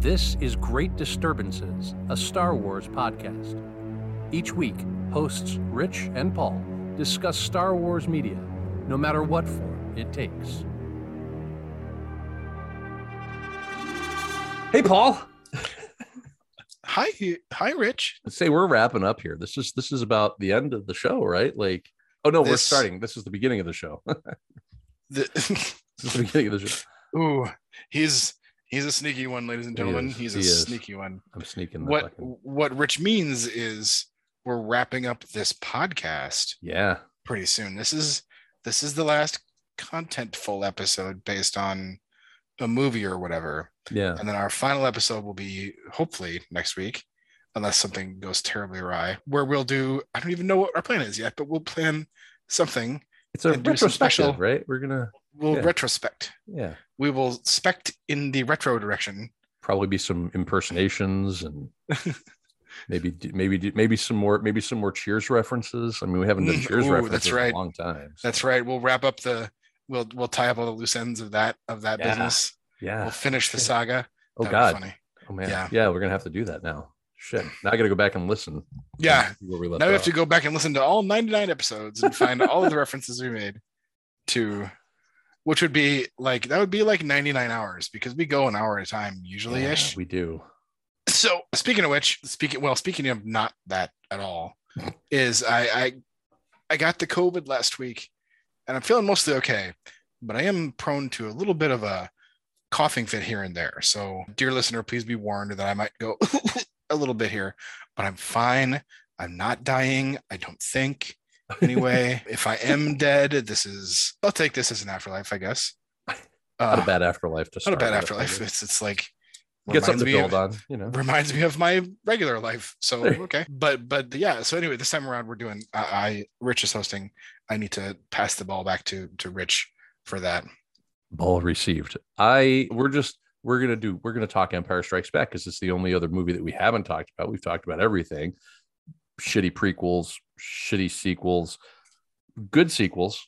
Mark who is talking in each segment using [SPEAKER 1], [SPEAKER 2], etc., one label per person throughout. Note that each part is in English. [SPEAKER 1] This is Great Disturbances, a Star Wars podcast. Each week, hosts Rich and Paul discuss Star Wars media, no matter what form it takes. Hey, Paul.
[SPEAKER 2] Hi, hi, Rich.
[SPEAKER 1] Let's say we're wrapping up here. This is this is about the end of the show, right? Like, oh no, we're
[SPEAKER 2] This-
[SPEAKER 1] starting. This is the beginning of the show.
[SPEAKER 2] The-
[SPEAKER 1] this is the beginning of the show.
[SPEAKER 2] Ooh, he's he's a sneaky one, ladies and
[SPEAKER 1] He
[SPEAKER 2] gentlemen.
[SPEAKER 1] is,
[SPEAKER 2] He's
[SPEAKER 1] he
[SPEAKER 2] a
[SPEAKER 1] is.
[SPEAKER 2] sneaky one.
[SPEAKER 1] I'm sneaking. The
[SPEAKER 2] What
[SPEAKER 1] fucking-
[SPEAKER 2] what Rich means is we're wrapping up this podcast
[SPEAKER 1] Yeah.
[SPEAKER 2] pretty soon. This is this is the last contentful episode based on a movie or whatever,
[SPEAKER 1] Yeah.
[SPEAKER 2] and then our final episode will be hopefully next week, unless something goes terribly awry. Where we'll do I don't even know what our plan is yet, but we'll plan something.
[SPEAKER 1] It's a
[SPEAKER 2] And do some
[SPEAKER 1] retrospective,
[SPEAKER 2] special-
[SPEAKER 1] right? We're gonna.
[SPEAKER 2] We'll
[SPEAKER 1] Yeah.
[SPEAKER 2] retrospect.
[SPEAKER 1] Yeah.
[SPEAKER 2] We will spect in the retro direction.
[SPEAKER 1] probably be some impersonations and maybe do- maybe do- maybe some more maybe some more Cheers references. I mean, we haven't done
[SPEAKER 2] Mm,
[SPEAKER 1] Cheers
[SPEAKER 2] ooh,
[SPEAKER 1] references
[SPEAKER 2] that's
[SPEAKER 1] in
[SPEAKER 2] right.
[SPEAKER 1] a long time. so-
[SPEAKER 2] That's right. We'll wrap up the we'll we'll tie up all the loose ends of that of that
[SPEAKER 1] Yeah.
[SPEAKER 2] business.
[SPEAKER 1] yeah.
[SPEAKER 2] We'll finish the
[SPEAKER 1] shit.
[SPEAKER 2] saga.
[SPEAKER 1] oh
[SPEAKER 2] That'd be
[SPEAKER 1] God.
[SPEAKER 2] funny.
[SPEAKER 1] Oh man. Yeah.
[SPEAKER 2] Yeah.
[SPEAKER 1] we're gonna have to do that now. Shit. Now I gotta go back and listen.
[SPEAKER 2] Yeah.
[SPEAKER 1] and see Where we left
[SPEAKER 2] Now we have
[SPEAKER 1] off.
[SPEAKER 2] to go back and listen to all 99 episodes and find all of the references we made to which would be like that would be like 99 hours because we go an hour at a time usually
[SPEAKER 1] Yeah,
[SPEAKER 2] ish.
[SPEAKER 1] we do.
[SPEAKER 2] So speaking of which, speaking well, speaking of not that at all, is I I I got the COVID last week, and I'm feeling mostly okay, but I am prone to a little bit of a coughing fit here and there. So, dear listener, please be warned that I might go a little bit here, but I'm fine. I'm not dying. I don't think. Anyway, if I am dead, this is I'll take this as an afterlife, I guess.
[SPEAKER 1] Not a
[SPEAKER 2] Uh,
[SPEAKER 1] bad afterlife to
[SPEAKER 2] not a
[SPEAKER 1] start.
[SPEAKER 2] bad
[SPEAKER 1] with, I guess.
[SPEAKER 2] afterlife. It's it's like
[SPEAKER 1] Get something to
[SPEAKER 2] reminds me of-
[SPEAKER 1] build on, you know.
[SPEAKER 2] reminds me of my regular life so
[SPEAKER 1] There.
[SPEAKER 2] okay but but yeah so anyway this time around we're doing i, I rich is hosting i need to pass the ball back to to rich for that
[SPEAKER 1] Ball received. I we're just we're gonna do we're gonna talk Empire Strikes Back because it's the only other movie that we haven't talked about. We've talked about everything. Shitty prequels, shitty sequels, good sequels,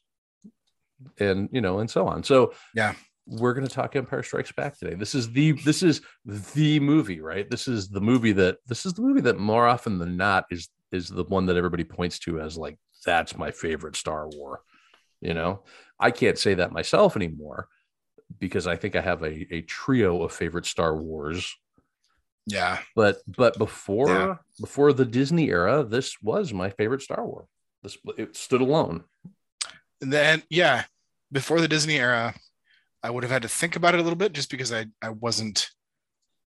[SPEAKER 1] and you know, and so on. So
[SPEAKER 2] Yeah.
[SPEAKER 1] We're gonna talk Empire Strikes Back today. This is the this is the movie, right? This is the movie that this is the movie that more often than not is is the one that everybody points to as like that's my favorite Star War. You know, I can't say that myself anymore because I think I have a, a trio of favorite Star Wars.
[SPEAKER 2] yeah
[SPEAKER 1] But but before
[SPEAKER 2] Yeah.
[SPEAKER 1] before the Disney era, this was my favorite Star Wars. This it stood alone.
[SPEAKER 2] and then yeah before the disney era i would have had to think about it a little bit just because i i wasn't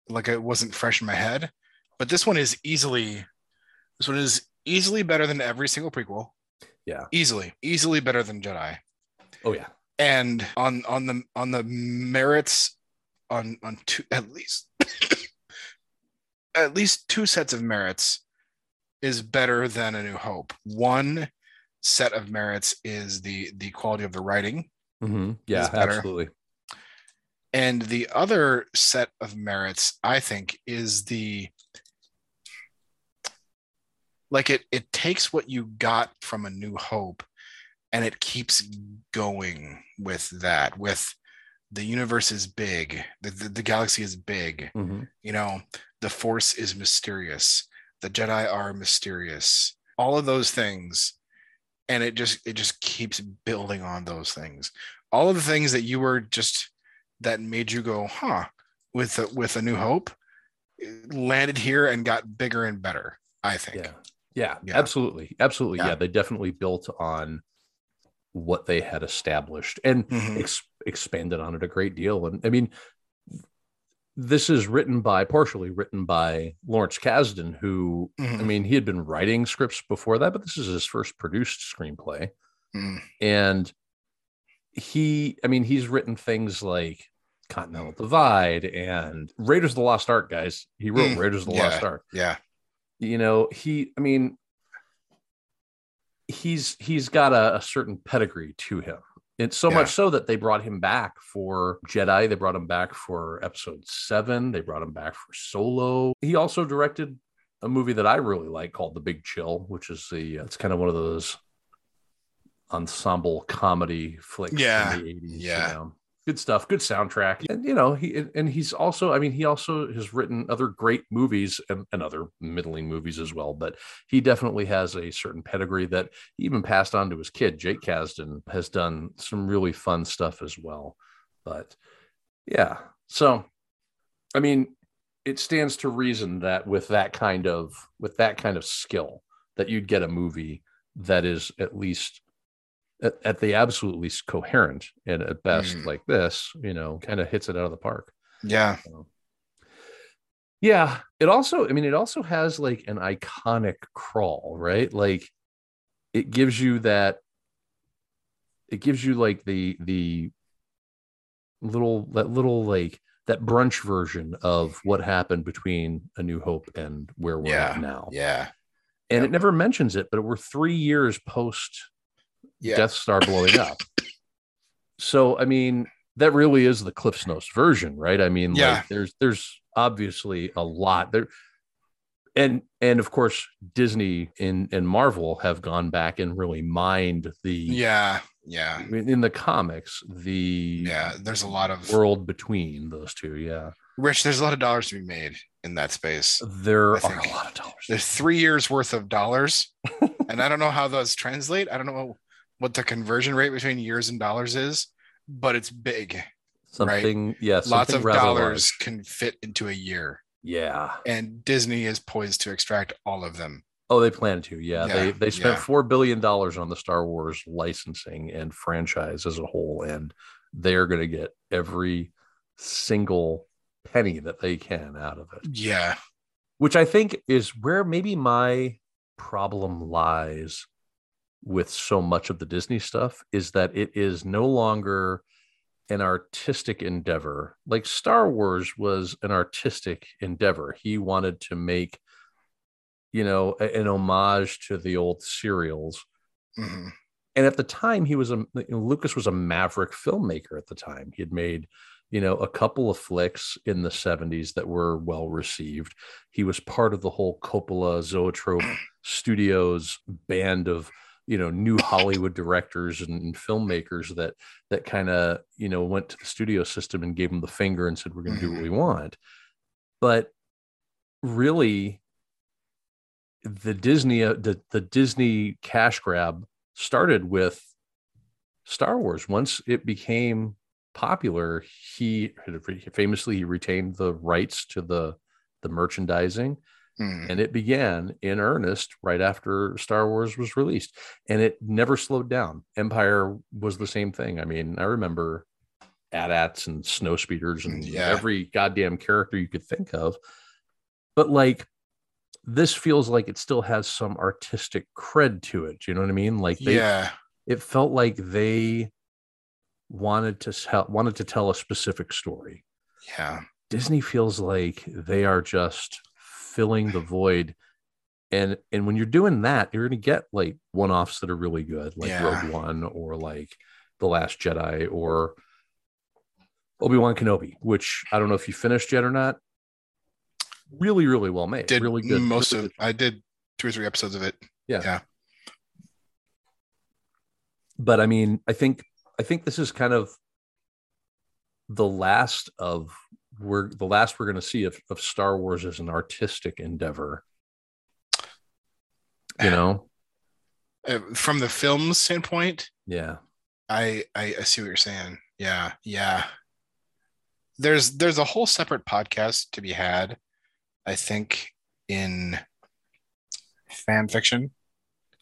[SPEAKER 2] like it wasn't fresh in my head but this one is easily this one is easily better than every single prequel
[SPEAKER 1] Yeah.
[SPEAKER 2] easily easily better than jedi
[SPEAKER 1] Oh yeah.
[SPEAKER 2] and on on the on the merits on on two at least at least two sets of merits is better than a new hope one set of merits is the the quality of the writing
[SPEAKER 1] Mm-hmm. Yeah,
[SPEAKER 2] It's better.
[SPEAKER 1] absolutely.
[SPEAKER 2] and the other set of merits i think is the like it it takes what you got from a new hope and it keeps going with that with the universe is big the, the, the galaxy is big
[SPEAKER 1] Mhm.
[SPEAKER 2] you know the force is mysterious the jedi are mysterious all of those things and it just it just keeps building on those things all of the things that you were just that made you go huh with a, with a new hope it landed here and got bigger and better i think
[SPEAKER 1] Yeah. yeah.
[SPEAKER 2] Yeah.
[SPEAKER 1] Absolutely. Absolutely.
[SPEAKER 2] Yeah.
[SPEAKER 1] yeah. They definitely built on what they had established. And
[SPEAKER 2] Mhm.
[SPEAKER 1] ex- expanded on it a great deal. And I mean, this is written by partially written by Lawrence Kasdan, who I
[SPEAKER 2] Mhm.
[SPEAKER 1] mean, he had been writing scripts before that, but this is his first produced screenplay.
[SPEAKER 2] Mm.
[SPEAKER 1] And he, I mean, he's written things like Continental Divide and Raiders of the Lost Ark, guys. He wrote
[SPEAKER 2] Mm,
[SPEAKER 1] Raiders of the
[SPEAKER 2] yeah.
[SPEAKER 1] Lost Ark
[SPEAKER 2] yeah
[SPEAKER 1] you know he i mean he's he's got a, a certain pedigree to him it's so
[SPEAKER 2] Yeah.
[SPEAKER 1] much so that they brought him back for jedi they brought him back for episode 7 they brought him back for solo he also directed a movie that i really like called the big chill which is the uh, it's kind of one of those ensemble comedy flicks
[SPEAKER 2] Yeah.
[SPEAKER 1] from the 80s you
[SPEAKER 2] Yeah.
[SPEAKER 1] know? good stuff good soundtrack and you know he and- and he's also i mean he also has written other great movies and, and other middling movies as well but he definitely has a certain pedigree that he even passed on to his kid jake kasdan has done some really fun stuff as well but yeah so i mean it stands to reason that with that kind of with that kind of skill that you'd get a movie that is at least at, at the absolute least coherent and at best
[SPEAKER 2] Mhm.
[SPEAKER 1] like this you know kind of hits it out of the park
[SPEAKER 2] Yeah.
[SPEAKER 1] so. yeah it also i mean it also has like an iconic crawl right like it gives you that it gives you like the the little that little like that brunch version of what happened between a new hope and where we're at now
[SPEAKER 2] Yeah.
[SPEAKER 1] and
[SPEAKER 2] Yep.
[SPEAKER 1] it never mentions it, but we're three years post
[SPEAKER 2] Yeah.
[SPEAKER 1] Death Star blowing up. So I mean, that really is the Cliff's Notes version, right? I mean,
[SPEAKER 2] Yeah.
[SPEAKER 1] like there's there's obviously a lot there. And and of course, Disney and, and Marvel have gone back and really mined the
[SPEAKER 2] Yeah. Yeah.
[SPEAKER 1] in in the comics, the
[SPEAKER 2] Yeah. There's a lot of
[SPEAKER 1] world between those two. Yeah.
[SPEAKER 2] Rich, there's a lot of dollars to be made in that space.
[SPEAKER 1] There
[SPEAKER 2] I
[SPEAKER 1] are
[SPEAKER 2] think
[SPEAKER 1] a lot of dollars.
[SPEAKER 2] There's three years worth of dollars. and I don't know how those translate. I don't know what the conversion rate between years and dollars is, but it's big.
[SPEAKER 1] Something, yes,
[SPEAKER 2] Lots of dollars can fit into a year.
[SPEAKER 1] Yeah.
[SPEAKER 2] And Disney is poised to extract all of them.
[SPEAKER 1] Oh, they plan to. Yeah,
[SPEAKER 2] Yeah,
[SPEAKER 1] they they spent
[SPEAKER 2] yeah.
[SPEAKER 1] four billion dollars on the Star Wars licensing and franchise as a whole, and they're going to get every single penny that they can out of it.
[SPEAKER 2] Yeah.
[SPEAKER 1] Which I think is where maybe my problem lies with so much of the Disney stuff is that it is no longer an artistic endeavor. Like Star Wars was an artistic endeavor. He wanted to make, you know, a- an homage to the old serials.
[SPEAKER 2] Mhm.
[SPEAKER 1] And at the time, he was a you know, Lucas was a maverick filmmaker. At the time, he had made, you know, a couple of flicks in the '70s that were well received. He was part of the whole Coppola Zoetrope Studios band of you know new Hollywood directors and, and filmmakers that that kind of you know went to the studio system and gave them the finger and said we're going to do what we want. But really, the Disney uh, the the Disney cash grab started with Star Wars. Once it became popular, he famously he retained the rights to the the merchandising
[SPEAKER 2] Mhm.
[SPEAKER 1] and it began in earnest right after Star Wars was released, and it never slowed down. Empire was the same thing. I mean, I remember AT-ATs and snowspeeders and
[SPEAKER 2] Yeah.
[SPEAKER 1] every goddamn character you could think of, but like this feels like it still has some artistic cred to it. Do you know what I mean? Like they
[SPEAKER 2] Yeah.
[SPEAKER 1] it felt like they wanted to tell wanted to tell a specific story.
[SPEAKER 2] Yeah.
[SPEAKER 1] Disney feels like they are just filling the void. And and when you're doing that, you're gonna get like one-offs that are really good, like
[SPEAKER 2] Yeah.
[SPEAKER 1] Rogue One or like The Last Jedi or Obi-Wan Kenobi, which I don't know if you finished yet or not. Really, really well made.
[SPEAKER 2] Did
[SPEAKER 1] really good.
[SPEAKER 2] most
[SPEAKER 1] really
[SPEAKER 2] of I did two or three episodes of it.
[SPEAKER 1] but I mean, I think I think this is kind of the last of we're the last we're going to see of, of Star Wars as an artistic endeavor. You know,
[SPEAKER 2] Uh, from the film standpoint,
[SPEAKER 1] yeah,
[SPEAKER 2] I, I I see what you're saying. Yeah, yeah. There's there's a whole separate podcast to be had, I think, in fan fiction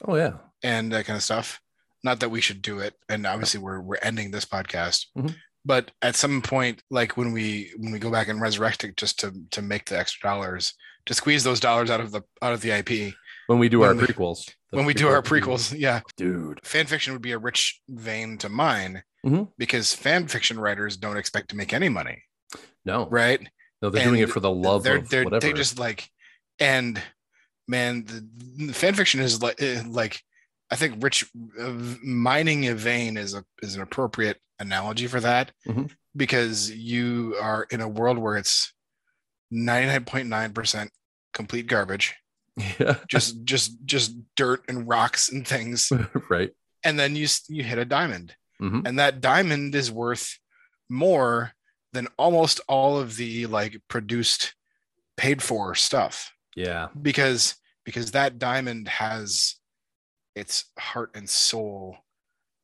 [SPEAKER 1] oh yeah,
[SPEAKER 2] and that kind of stuff. Not that we should do it, and obviously we're we're ending this podcast.
[SPEAKER 1] Mhm.
[SPEAKER 2] But at some point, like when we when we go back and resurrect it just to to make the extra dollars, to squeeze those dollars out of the out of the IP
[SPEAKER 1] when we do our
[SPEAKER 2] When we-
[SPEAKER 1] prequels, the
[SPEAKER 2] when we do our
[SPEAKER 1] prequel-
[SPEAKER 2] prequels, yeah,
[SPEAKER 1] dude,
[SPEAKER 2] fan fiction would be a rich vein to mine
[SPEAKER 1] Mhm.
[SPEAKER 2] because fan fiction writers don't expect to make any money,
[SPEAKER 1] no,
[SPEAKER 2] right?
[SPEAKER 1] no, they're doing
[SPEAKER 2] And
[SPEAKER 1] it for the love
[SPEAKER 2] they're,
[SPEAKER 1] of
[SPEAKER 2] they're,
[SPEAKER 1] whatever.
[SPEAKER 2] They just like, and man, the, the fan fiction is like, eh, like, I think rich uh, mining a vein is a is an appropriate analogy for that
[SPEAKER 1] Mhm.
[SPEAKER 2] because you are in a world where it's ninety nine point nine percent complete garbage,
[SPEAKER 1] yeah,
[SPEAKER 2] just just just dirt and rocks and things,
[SPEAKER 1] right,
[SPEAKER 2] and then you s- you hit a diamond
[SPEAKER 1] Mhm.
[SPEAKER 2] and that diamond is worth more than almost all of the like produced paid for stuff
[SPEAKER 1] Yeah.
[SPEAKER 2] because because that diamond has its heart and soul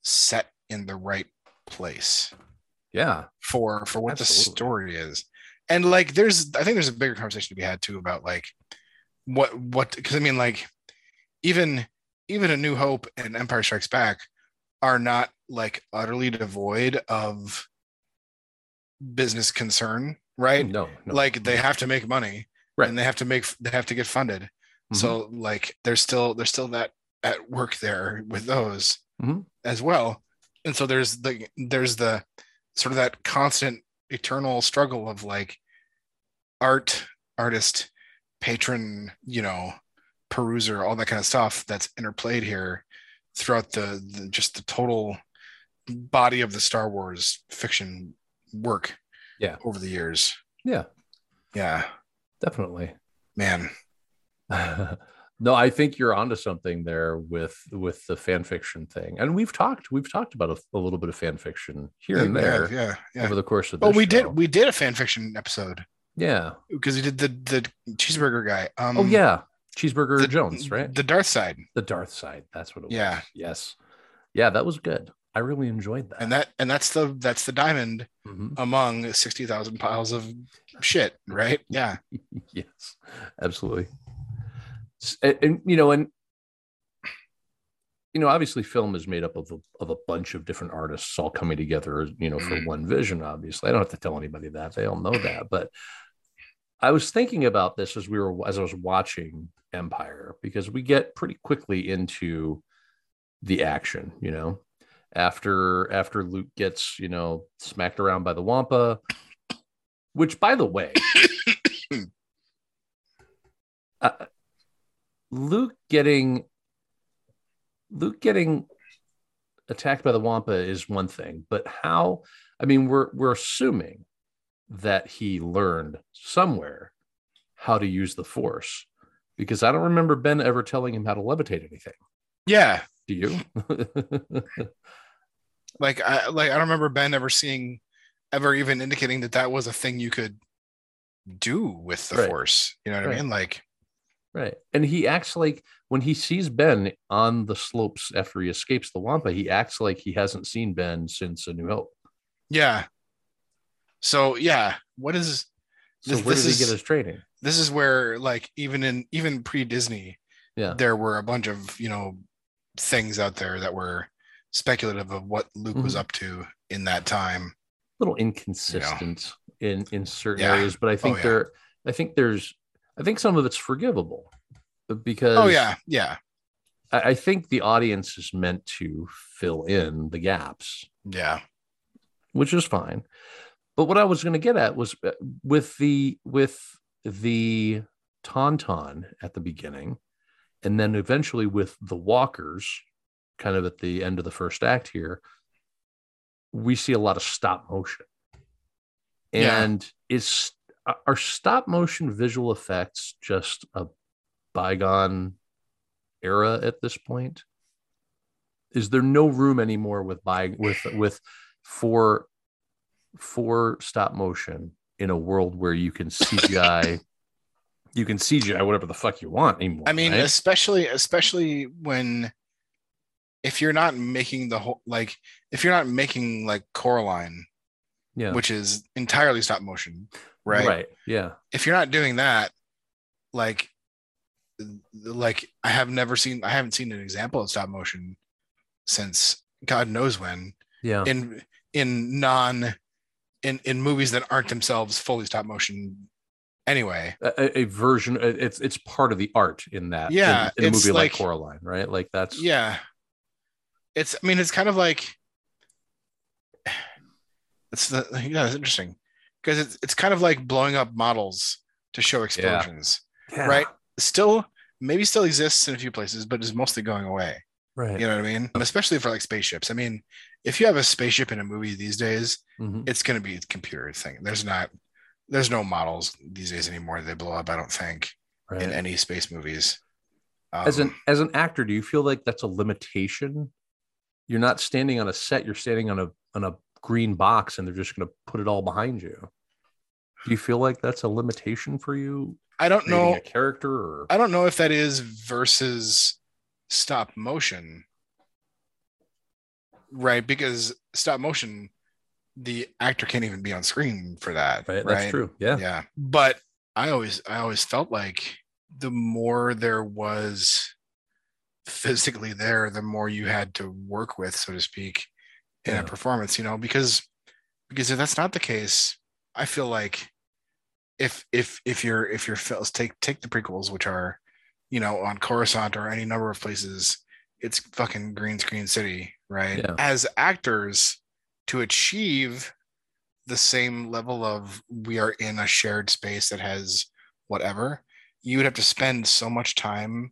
[SPEAKER 2] set in the right place
[SPEAKER 1] Yeah.
[SPEAKER 2] for for what
[SPEAKER 1] Absolutely.
[SPEAKER 2] the story is and like there's i think there's a bigger conversation to be had too about like what what because i mean like even even a new hope and empire strikes back are not like utterly devoid of business concern right
[SPEAKER 1] No. no.
[SPEAKER 2] like they have to make money
[SPEAKER 1] Right.
[SPEAKER 2] and they have to make they have to get funded
[SPEAKER 1] Mhm.
[SPEAKER 2] so like there's still there's still that at work there with those
[SPEAKER 1] Mhm.
[SPEAKER 2] as well and so there's the there's the sort of that constant eternal struggle of like art artist patron you know peruser all that kind of stuff that's interplayed here throughout the, the just the total body of the star wars fiction work
[SPEAKER 1] Yeah.
[SPEAKER 2] over the years
[SPEAKER 1] yeah,
[SPEAKER 2] yeah
[SPEAKER 1] definitely.
[SPEAKER 2] man
[SPEAKER 1] no, I think you're onto something there with with the fan fiction thing. And we've talked we've talked about a, a little bit of fan fiction here and
[SPEAKER 2] Yeah,
[SPEAKER 1] there
[SPEAKER 2] yeah yeah
[SPEAKER 1] over the course of
[SPEAKER 2] oh
[SPEAKER 1] this
[SPEAKER 2] we
[SPEAKER 1] show.
[SPEAKER 2] did we did a fan fiction episode
[SPEAKER 1] yeah.
[SPEAKER 2] because we did the the cheeseburger guy um
[SPEAKER 1] Oh yeah. Cheeseburger
[SPEAKER 2] the-
[SPEAKER 1] Jones, right?
[SPEAKER 2] the darth side
[SPEAKER 1] The Darth side. That's what it was.
[SPEAKER 2] yeah
[SPEAKER 1] Yes. Yeah, that was good. I really enjoyed that.
[SPEAKER 2] and that and that's the that's the diamond
[SPEAKER 1] Mhm.
[SPEAKER 2] among 60,000 piles of shit right yeah
[SPEAKER 1] yes, absolutely. S- And, and, you know, and you know, obviously, film is made up of a, of a bunch of different artists all coming together, you know, for
[SPEAKER 2] Mhm.
[SPEAKER 1] one vision. Obviously, I don't have to tell anybody that; they all know that. But I was thinking about this as we were as I was watching Empire because we get pretty quickly into the action, you know. After after Luke gets, you know, smacked around by the Wampa, which by the way, uh, Luke getting Luke getting attacked by the Wampa is one thing, but how? I mean, we're we're assuming that he learned somewhere how to use the Force because I don't remember Ben ever telling him how to levitate anything.
[SPEAKER 2] yeah
[SPEAKER 1] Do you?
[SPEAKER 2] like i like i don't remember ben ever seeing ever even indicating that that was a thing you could do with the
[SPEAKER 1] Right.
[SPEAKER 2] force you know what
[SPEAKER 1] Right.
[SPEAKER 2] i mean like
[SPEAKER 1] right, and he acts like when he sees Ben on the slopes after he escapes the Wampa, he acts like he hasn't seen Ben since A New Hope.
[SPEAKER 2] yeah so yeah what is
[SPEAKER 1] So
[SPEAKER 2] This-
[SPEAKER 1] where
[SPEAKER 2] this
[SPEAKER 1] does he
[SPEAKER 2] is-
[SPEAKER 1] get his training?
[SPEAKER 2] this is where like even in even pre-disney
[SPEAKER 1] Yeah.
[SPEAKER 2] there were a bunch of you know things out there that were speculative of what luke was
[SPEAKER 1] Mhm.
[SPEAKER 2] up to in that time
[SPEAKER 1] little inconsistent in in certain
[SPEAKER 2] Yeah. Oh,
[SPEAKER 1] areas, but I think
[SPEAKER 2] yeah.
[SPEAKER 1] there, I think there's, I think some of it's forgivable, but because
[SPEAKER 2] oh yeah yeah
[SPEAKER 1] I, I think the audience is meant to fill in the gaps,
[SPEAKER 2] yeah
[SPEAKER 1] which is fine. But what I was going to get at was uh, with the with the tauntaun at the beginning, and then eventually with the walkers, kind of at the end of the first act here, we see a lot of stop motion,
[SPEAKER 2] Yeah.
[SPEAKER 1] and it's are stop motion visual effects just a bygone era at this point? Is there no room anymore with by with with for for stop motion in a world where you can CGI you can CGI whatever the fuck you want anymore?
[SPEAKER 2] i mean
[SPEAKER 1] right?
[SPEAKER 2] especially especially when if you're not making the whole like if you're not making like coraline
[SPEAKER 1] yeah,
[SPEAKER 2] which is entirely stop motion right
[SPEAKER 1] right, yeah,
[SPEAKER 2] if you're not doing that like like i have never seen i haven't seen an example of stop motion since god knows when
[SPEAKER 1] yeah,
[SPEAKER 2] in in non in in movies that aren't themselves fully stop motion anyway
[SPEAKER 1] a, a- a version. It's it's part of the art in that.
[SPEAKER 2] Yeah,
[SPEAKER 1] in, in a
[SPEAKER 2] it's
[SPEAKER 1] movie like,
[SPEAKER 2] like-
[SPEAKER 1] Coraline, right? Like that's
[SPEAKER 2] yeah it's i mean it's kind of like it's the yeah it's interesting because it's, it's kind of like blowing up models to show explosions
[SPEAKER 1] yeah,
[SPEAKER 2] right still maybe still exists in a few places but is mostly going away
[SPEAKER 1] right.
[SPEAKER 2] You know what I mean? Especially for like spaceships. I mean, if you have a spaceship in a movie these days,
[SPEAKER 1] Mhm.
[SPEAKER 2] it's going to be a computer thing. There's not, there's no models these days anymore. They blow up, I don't think,
[SPEAKER 1] right.
[SPEAKER 2] in any space movies. Um,
[SPEAKER 1] as an as an actor do you feel like that's a limitation you're not standing on a set you're standing on a on a green box and they're just going to put it all behind you. Do you feel like that's a limitation for you?
[SPEAKER 2] I don't
[SPEAKER 1] creating
[SPEAKER 2] know.
[SPEAKER 1] a character or
[SPEAKER 2] I don't know if that is versus stop motion. Right, because stop motion, the actor can't even be on screen for that.
[SPEAKER 1] right?
[SPEAKER 2] Right,
[SPEAKER 1] That's true. Yeah.
[SPEAKER 2] Yeah. But I always I always felt like the more there was physically there, the more you had to work with, so to speak, in
[SPEAKER 1] Yeah.
[SPEAKER 2] a performance, you know, because because if that's not the case, I feel like if if if you're if your films take take the prequels, which are, you know, on Coruscant or any number of places, it's fucking green screen city, right?
[SPEAKER 1] Yeah.
[SPEAKER 2] As actors to achieve the same level of we are in a shared space that has whatever, you would have to spend so much time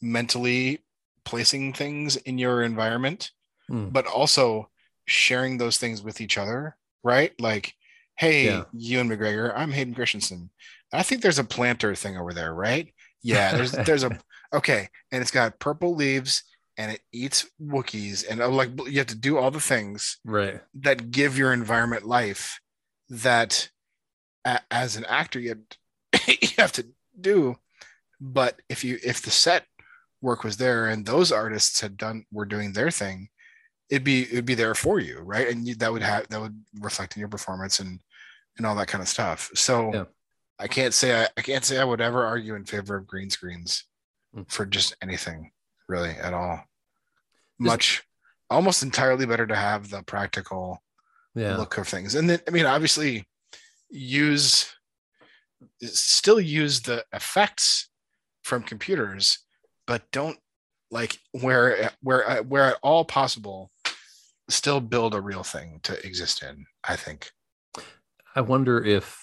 [SPEAKER 2] mentally placing things in your environment,
[SPEAKER 1] Mm.
[SPEAKER 2] but also sharing those things with each other, right? Like, hey,
[SPEAKER 1] Yeah.
[SPEAKER 2] Ewan McGregor, I'm Hayden Christensen. I think there's a planter thing over there, right? Yeah, there's there's a okay, and it's got purple leaves and it eats Wookiees, and I'm like you have to do all the things
[SPEAKER 1] Right.
[SPEAKER 2] that give your environment life that a, as an actor you have, you have to do but if you if the set work was there and those artists had done were doing their thing it'd be it'd be there for you right and you, that would have that would reflect in your performance and and all that kind of stuff so
[SPEAKER 1] Yeah.
[SPEAKER 2] i can't say I, I can't say i would ever argue in favor of green screens
[SPEAKER 1] Mm.
[SPEAKER 2] for just anything really at all
[SPEAKER 1] This-
[SPEAKER 2] much almost entirely better to have the practical
[SPEAKER 1] Yeah.
[SPEAKER 2] look of things. And then, I mean, obviously, use still use the effects from computers, but don't like where where uh, where at all possible, still build a real thing to exist in. I think.
[SPEAKER 1] I wonder if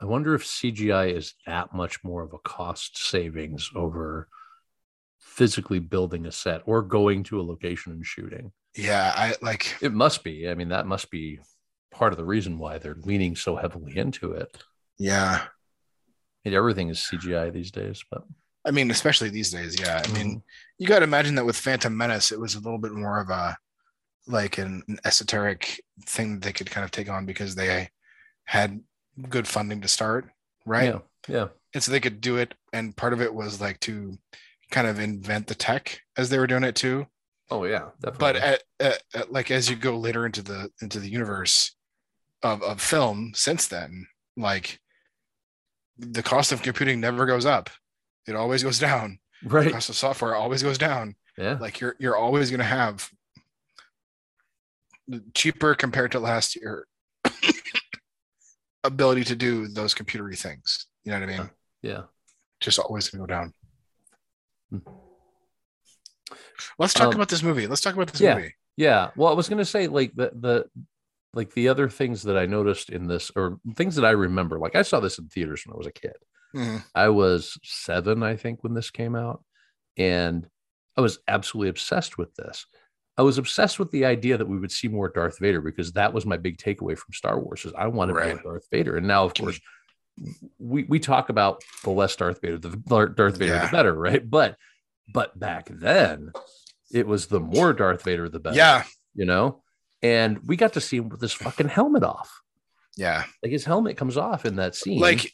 [SPEAKER 1] I wonder if CGI is that much more of a cost savings over physically building a set or going to a location and shooting.
[SPEAKER 2] Yeah, I like.
[SPEAKER 1] It must be. I mean, that must be part of the reason why they're leaning so heavily into it.
[SPEAKER 2] Yeah,
[SPEAKER 1] I mean, everything is CGI these days, but Mm,
[SPEAKER 2] I mean, especially these days. Yeah, I mean, you got to imagine that with Phantom Menace, it was a little bit more of a like an, an esoteric thing that they could kind of take on because they had good funding to start, right?
[SPEAKER 1] Yeah. Yeah.
[SPEAKER 2] And so they could do it, and part of it was like to kind of invent the tech as they were doing it too.
[SPEAKER 1] Oh yeah. Definitely.
[SPEAKER 2] But at, at, at- like as you go later into the into the universe of of film, since then, like the cost of computing never goes up; it always goes down the
[SPEAKER 1] right.
[SPEAKER 2] cost of software always goes down.
[SPEAKER 1] Yeah.
[SPEAKER 2] Like you're you're always going to have cheaper compared to last year ability to do those computery things. You know what I mean?
[SPEAKER 1] Yeah. Yeah.
[SPEAKER 2] Just always going to go down.
[SPEAKER 1] Hmm.
[SPEAKER 2] Let's talk
[SPEAKER 1] Um,
[SPEAKER 2] about this movie. Let's talk about this
[SPEAKER 1] yeah.
[SPEAKER 2] movie.
[SPEAKER 1] Yeah. Well, I was gonna say like the the like the other things that I noticed in this or things that I remember, like I saw this in theaters when I was a kid.
[SPEAKER 2] Mhm.
[SPEAKER 1] I was seven, I think, when this came out. And I was absolutely obsessed with this. I was obsessed with the idea that we would see more Darth Vader because that was my big takeaway from Star Wars is I wanted more
[SPEAKER 2] Right.
[SPEAKER 1] Darth Vader. And now, of course, we, we talk about the less Darth Vader, the more Darth Vader,
[SPEAKER 2] Yeah.
[SPEAKER 1] the better, right? But but back then, it was the more Darth Vader, the better.
[SPEAKER 2] Yeah.
[SPEAKER 1] you know. And we got to see him with his fucking helmet off.
[SPEAKER 2] Yeah.
[SPEAKER 1] Like his helmet comes off in that scene.
[SPEAKER 2] Like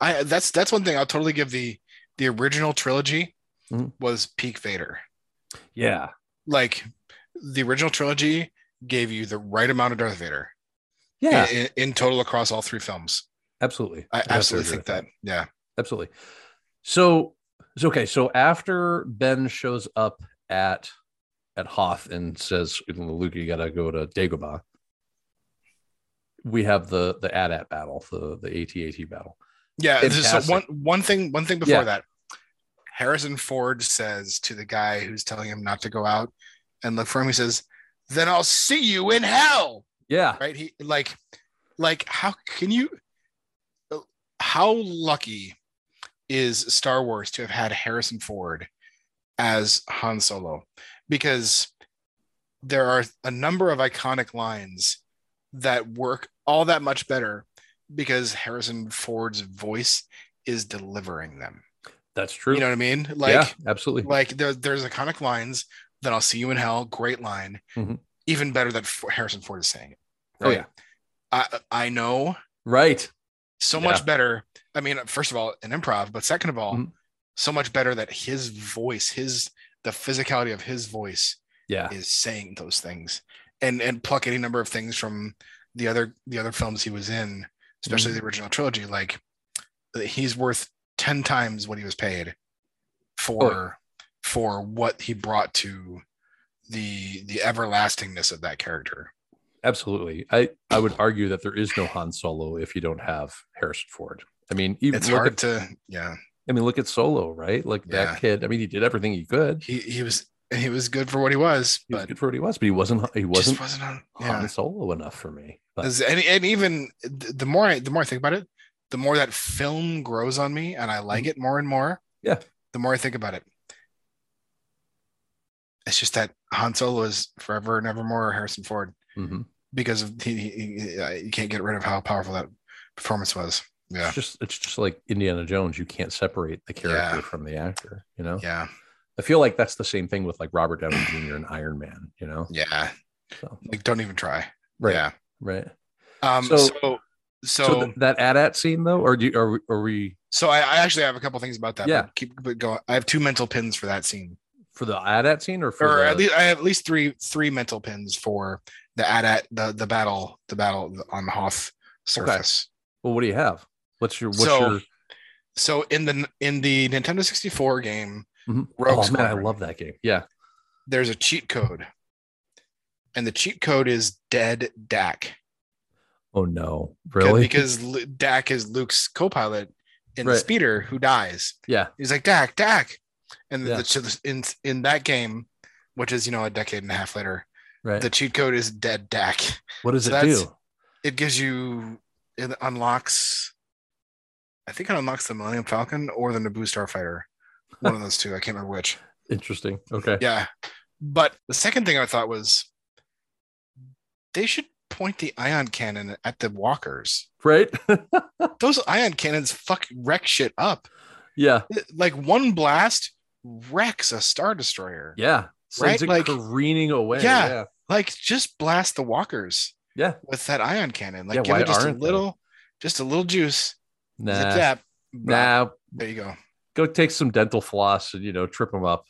[SPEAKER 2] I that's that's one thing I'll totally give the the original trilogy
[SPEAKER 1] Mhm.
[SPEAKER 2] was peak Vader.
[SPEAKER 1] yeah,
[SPEAKER 2] Like the original trilogy gave you the right amount of Darth Vader.
[SPEAKER 1] yeah,
[SPEAKER 2] in, in total across all three films.
[SPEAKER 1] absolutely.
[SPEAKER 2] I
[SPEAKER 1] have to
[SPEAKER 2] absolutely
[SPEAKER 1] agree
[SPEAKER 2] think
[SPEAKER 1] with that.
[SPEAKER 2] that. Yeah.
[SPEAKER 1] absolutely. So, so okay. So after Ben shows up at at Hoth and says, "Luke, you gotta go to Dagobah," we have the the AT-AT battle, the the AT-AT battle.
[SPEAKER 2] Yeah. This is so
[SPEAKER 1] Fantastic.
[SPEAKER 2] one one thing one thing before
[SPEAKER 1] Yeah.
[SPEAKER 2] that. Harrison Ford says to the guy who's telling him not to go out and look for him, he says, Then I'll see you in hell.
[SPEAKER 1] Yeah,
[SPEAKER 2] Right? He like like how can you how lucky is Star Wars to have had Harrison Ford as Han Solo? Because there are a number of iconic lines that work all that much better because Harrison Ford's voice is delivering them.
[SPEAKER 1] that's true.
[SPEAKER 2] You know what I mean? Like
[SPEAKER 1] yeah, absolutely.
[SPEAKER 2] like there, there's iconic lines that I'll see you in hell, great line.
[SPEAKER 1] Mhm.
[SPEAKER 2] even better that F- Harrison Ford is saying it.
[SPEAKER 1] Oh,
[SPEAKER 2] Oh,
[SPEAKER 1] yeah.
[SPEAKER 2] yeah. I I know
[SPEAKER 1] Right.
[SPEAKER 2] so
[SPEAKER 1] Yeah.
[SPEAKER 2] much better. I mean, first of all, an improv, but second of all,
[SPEAKER 1] Mhm.
[SPEAKER 2] so much better that his voice, his the physicality of his voice
[SPEAKER 1] Yeah.
[SPEAKER 2] is saying those things and and pluck any number of things from the other the other films he was in especially
[SPEAKER 1] Mm-hmm.
[SPEAKER 2] the original trilogy like uh, he's worth 10 times what he was paid for for what he brought to the the everlastingness of that character
[SPEAKER 1] Absolutely. I, I would argue that there is no Han Solo if you don't have Harrison Ford. I mean, even
[SPEAKER 2] it's
[SPEAKER 1] look
[SPEAKER 2] hard
[SPEAKER 1] at-
[SPEAKER 2] to yeah
[SPEAKER 1] I mean, look at Solo, right? Like
[SPEAKER 2] Yeah.
[SPEAKER 1] that kid. I mean, he did everything he could.
[SPEAKER 2] he he was and he was good for what he was
[SPEAKER 1] He was
[SPEAKER 2] but
[SPEAKER 1] good for what he was, but he wasn't. He wasn't
[SPEAKER 2] just wasn't on yeah
[SPEAKER 1] Han Solo enough for me. But-
[SPEAKER 2] Is- and, and even th- the more I the more I think about it, the more that film grows on me and I like it more and more.
[SPEAKER 1] Mm-hmm. Yeah.
[SPEAKER 2] The more I think about it. It's just that Han Solo is forever and evermore Harrison Ford
[SPEAKER 1] Mhm.
[SPEAKER 2] because of he, he, he- uh, you can't get rid of how powerful that performance was. Yeah.
[SPEAKER 1] It's just it's just like Indiana Jones. You can't separate the character
[SPEAKER 2] Yeah.
[SPEAKER 1] from the actor. You know,
[SPEAKER 2] Yeah.
[SPEAKER 1] I feel like that's the same thing with like Robert Downey Jr. and Iron Man. You know,
[SPEAKER 2] Yeah.
[SPEAKER 1] so,
[SPEAKER 2] Like don't even try.
[SPEAKER 1] right,
[SPEAKER 2] Yeah.
[SPEAKER 1] right.
[SPEAKER 2] Um
[SPEAKER 1] So-
[SPEAKER 2] so so
[SPEAKER 1] So,
[SPEAKER 2] so,
[SPEAKER 1] th- that AT-AT scene though, or do you, are we, are we
[SPEAKER 2] I, I actually have a couple things about that.
[SPEAKER 1] Yeah.
[SPEAKER 2] but Keep but go. I have two mental pins for that scene.
[SPEAKER 1] for the AT-AT scene or for
[SPEAKER 2] or
[SPEAKER 1] the,
[SPEAKER 2] at least I have at least three three mental pins for the at at the the battle the battle on Hoth surface.
[SPEAKER 1] well, what do you have? What's your what's
[SPEAKER 2] So,
[SPEAKER 1] your
[SPEAKER 2] So in the in the Nintendo 64 game,
[SPEAKER 1] Mhm.
[SPEAKER 2] Rogue
[SPEAKER 1] oh man, I
[SPEAKER 2] Squadron.
[SPEAKER 1] love that game. Yeah,
[SPEAKER 2] there's a cheat code, and the cheat code is dead Dak.
[SPEAKER 1] oh no, really?
[SPEAKER 2] Because Lu- Dak is Luke's co-pilot in the
[SPEAKER 1] Right.
[SPEAKER 2] speeder who dies.
[SPEAKER 1] yeah,
[SPEAKER 2] He's like Dak, Dak, and
[SPEAKER 1] Yeah.
[SPEAKER 2] the, so the- in in that game, which is you know a decade and a half later,
[SPEAKER 1] right.
[SPEAKER 2] the cheat code is dead Dak.
[SPEAKER 1] what does
[SPEAKER 2] so
[SPEAKER 1] it
[SPEAKER 2] that's-
[SPEAKER 1] do?
[SPEAKER 2] it gives you it unlocks i think it unlocks the millennium falcon or the naboo starfighter one of those two i can't remember which
[SPEAKER 1] Interesting. Okay,
[SPEAKER 2] yeah but the second thing i thought was they should point the ion cannon at the walkers
[SPEAKER 1] right.
[SPEAKER 2] those ion cannons fuck wreck shit up
[SPEAKER 1] yeah,
[SPEAKER 2] like one blast wrecks a star destroyer
[SPEAKER 1] yeah. Sends
[SPEAKER 2] Right,
[SPEAKER 1] it
[SPEAKER 2] like-
[SPEAKER 1] careening away.
[SPEAKER 2] Yeah.
[SPEAKER 1] yeah,
[SPEAKER 2] like just blast the walkers
[SPEAKER 1] yeah.
[SPEAKER 2] with that ion cannon like
[SPEAKER 1] Yeah,
[SPEAKER 2] give
[SPEAKER 1] why
[SPEAKER 2] it just a
[SPEAKER 1] aren't they?
[SPEAKER 2] little just a little juice
[SPEAKER 1] Nah,
[SPEAKER 2] zip zap Blah.
[SPEAKER 1] nah.
[SPEAKER 2] there you go
[SPEAKER 1] go take some dental floss and you know trip them up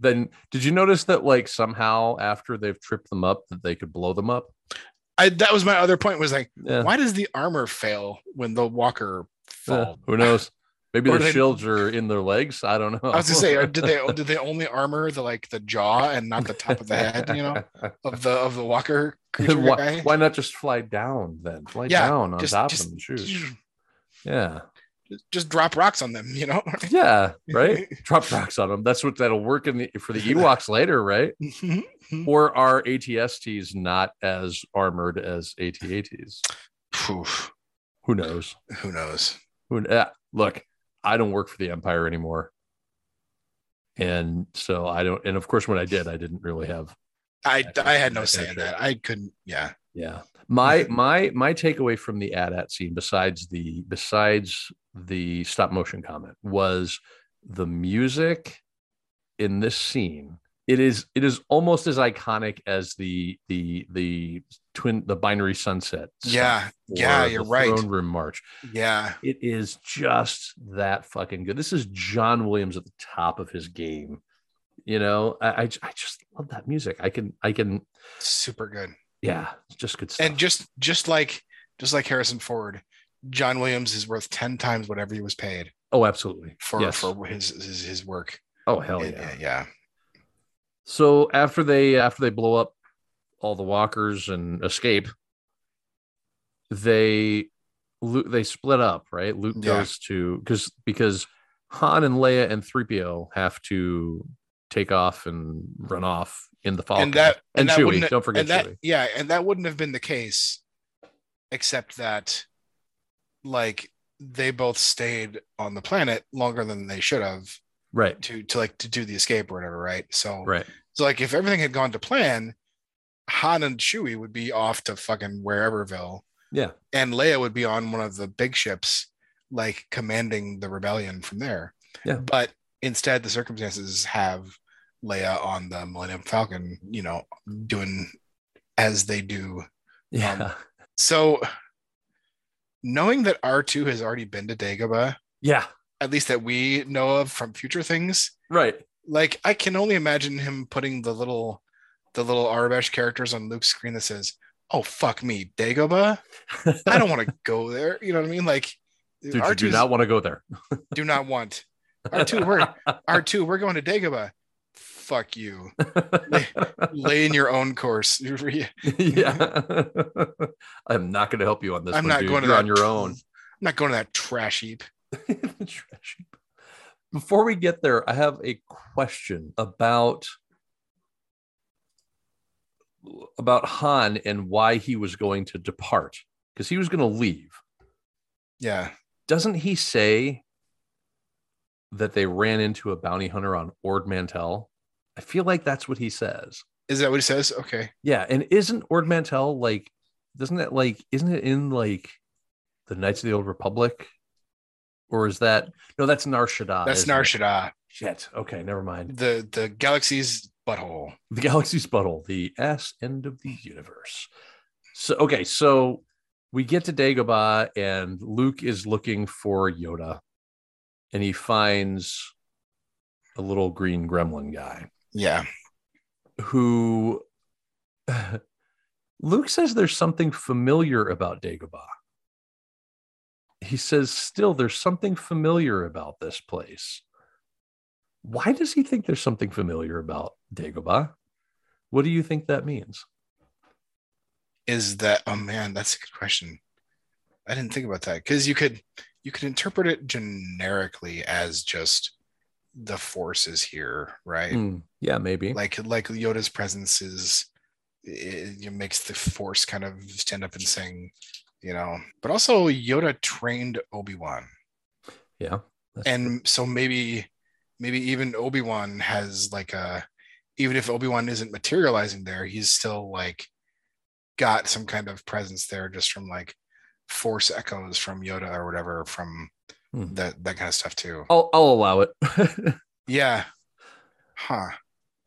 [SPEAKER 1] then did you notice that like somehow after they've tripped them up that they could blow them up Eh,
[SPEAKER 2] I that was my other point was like,
[SPEAKER 1] yeah
[SPEAKER 2] why does the armor fail when the walker
[SPEAKER 1] Uh,
[SPEAKER 2] fall?
[SPEAKER 1] who knows maybe
[SPEAKER 2] Or
[SPEAKER 1] their
[SPEAKER 2] they-
[SPEAKER 1] shields are in their legs i don't know
[SPEAKER 2] I was gonna say, or did they did they only armor the like the jaw and not the top of the head, you know, of the of the walker creature
[SPEAKER 1] why,
[SPEAKER 2] guy?
[SPEAKER 1] why not just fly down then fly
[SPEAKER 2] Yeah,
[SPEAKER 1] down on
[SPEAKER 2] just-
[SPEAKER 1] top
[SPEAKER 2] just-
[SPEAKER 1] of them and shoot yeah
[SPEAKER 2] Just drop rocks on them, you know.
[SPEAKER 1] yeah right drop rocks on them that's what that'll work in the for the ewoks later right or are atsts not as armored as atats
[SPEAKER 2] Phew,
[SPEAKER 1] who knows
[SPEAKER 2] who knows?
[SPEAKER 1] Who, uh, look, I don't work for the Empire anymore. And so I don't, and of course, when I did, I didn't really have,
[SPEAKER 2] I
[SPEAKER 1] That
[SPEAKER 2] I
[SPEAKER 1] kind
[SPEAKER 2] had
[SPEAKER 1] of-
[SPEAKER 2] no
[SPEAKER 1] that
[SPEAKER 2] say
[SPEAKER 1] kind
[SPEAKER 2] in
[SPEAKER 1] of
[SPEAKER 2] that. I couldn't. Yeah,
[SPEAKER 1] yeah. My, my, my takeaway from the ad at scene, besides the, besides the stop motion comment, was the music in this scene. It is, it is almost as iconic as the, the, the twin, the binary sunset. stuff
[SPEAKER 2] yeah,
[SPEAKER 1] or
[SPEAKER 2] yeah. You're
[SPEAKER 1] the
[SPEAKER 2] right.
[SPEAKER 1] Throne room march.
[SPEAKER 2] Yeah,
[SPEAKER 1] It is just that fucking good. This is John Williams at the top of his game. You know, I, I, j- I just love that music. I can, I can,
[SPEAKER 2] super good.
[SPEAKER 1] yeah, it's just good stuff.
[SPEAKER 2] And just just like just like Harrison Ford, John Williams is worth ten times whatever he was paid.
[SPEAKER 1] oh, absolutely.
[SPEAKER 2] for
[SPEAKER 1] yes.
[SPEAKER 2] for his his, his work.
[SPEAKER 1] oh, hell
[SPEAKER 2] And,
[SPEAKER 1] yeah.
[SPEAKER 2] uh, yeah.
[SPEAKER 1] So after they, after they blow up all the walkers and escape, they, Lu- they split up, right? Luke
[SPEAKER 2] Yeah.
[SPEAKER 1] goes to, because, because Han and Leia and 3PO have to take off and run off in the Falcon.
[SPEAKER 2] And that
[SPEAKER 1] and,
[SPEAKER 2] that
[SPEAKER 1] Chewie.
[SPEAKER 2] wouldn't-
[SPEAKER 1] Don't forget
[SPEAKER 2] and that
[SPEAKER 1] Chewie.
[SPEAKER 2] yeah, and that wouldn't have been the case, except that, like, they both stayed on the planet longer than they should have
[SPEAKER 1] Right.
[SPEAKER 2] to to like to do the escape or whatever, right? So
[SPEAKER 1] Right.
[SPEAKER 2] so like if everything had gone to plan, Han and Chewie would be off to fucking whereverville,
[SPEAKER 1] Yeah.
[SPEAKER 2] and Leia would be on one of the big ships, like commanding the rebellion from there.
[SPEAKER 1] Yeah.
[SPEAKER 2] But instead, the circumstances have Leia on the Millennium Falcon, you know, doing as they do.
[SPEAKER 1] Yeah.
[SPEAKER 2] Um, So knowing that R2 has already been to Dagobah,
[SPEAKER 1] yeah.
[SPEAKER 2] at least that we know of from future things,
[SPEAKER 1] Right.
[SPEAKER 2] like I can only imagine him putting the little the little Arabesh characters on Luke's screen that says, Oh fuck me, Dagobah. I don't want to go there. You know what I mean? Like
[SPEAKER 1] Dude, you
[SPEAKER 2] R2
[SPEAKER 1] do not want to go there.
[SPEAKER 2] do not want. R2, we're R2, we're going to Dagobah. Fuck you. Lay in your own course. You're re-
[SPEAKER 1] yeah. I'm not going to help you on this.
[SPEAKER 2] I'm
[SPEAKER 1] one,
[SPEAKER 2] not
[SPEAKER 1] dude.
[SPEAKER 2] going to
[SPEAKER 1] You're
[SPEAKER 2] that
[SPEAKER 1] on your own.
[SPEAKER 2] I'm not going to that trash heap.
[SPEAKER 1] Trash heap. Before we get there, I have a question about about Han and why he was going to depart because he was going to leave.
[SPEAKER 2] Yeah.
[SPEAKER 1] Doesn't he say that they ran into a bounty hunter on Ord Mantell? I feel like that's what he says.
[SPEAKER 2] Is that what he says? Okay.
[SPEAKER 1] Yeah, and isn't Ord Mantell like? Doesn't it like? Isn't it in like the Knights of the Old Republic? Or is that no? That's Nar Shaddaa.
[SPEAKER 2] That's
[SPEAKER 1] isn't Uh, it?
[SPEAKER 2] Nar Shaddaa,
[SPEAKER 1] Shit. Okay, never mind.
[SPEAKER 2] the the galaxy's butthole.
[SPEAKER 1] The galaxy's butthole, the ass end of the universe. So okay, so we get to Dagobah, and Luke is looking for Yoda, and he finds a little green gremlin guy
[SPEAKER 2] Yeah.
[SPEAKER 1] who Luke says there's something familiar about Dagobah. He says still there's something familiar about this place. Why does he think there's something familiar about Dagobah? What do you think that means?
[SPEAKER 2] Is that oh man, that's a good question. I didn't think about that because you could you could interpret it generically as just the force is here, right?
[SPEAKER 1] Hmm, yeah, maybe.
[SPEAKER 2] Like like Yoda's presence is it, it makes the force kind of stand up and sing, you know. But also Yoda trained Obi-Wan.
[SPEAKER 1] yeah. that's true.
[SPEAKER 2] and so maybe maybe even obi-wan has like a even if obi-wan isn't materializing there he's still like got some kind of presence there just from like force echoes from yoda or whatever from
[SPEAKER 1] Hmm.
[SPEAKER 2] that that kind of stuff too
[SPEAKER 1] I'll I'll allow it.
[SPEAKER 2] yeah huh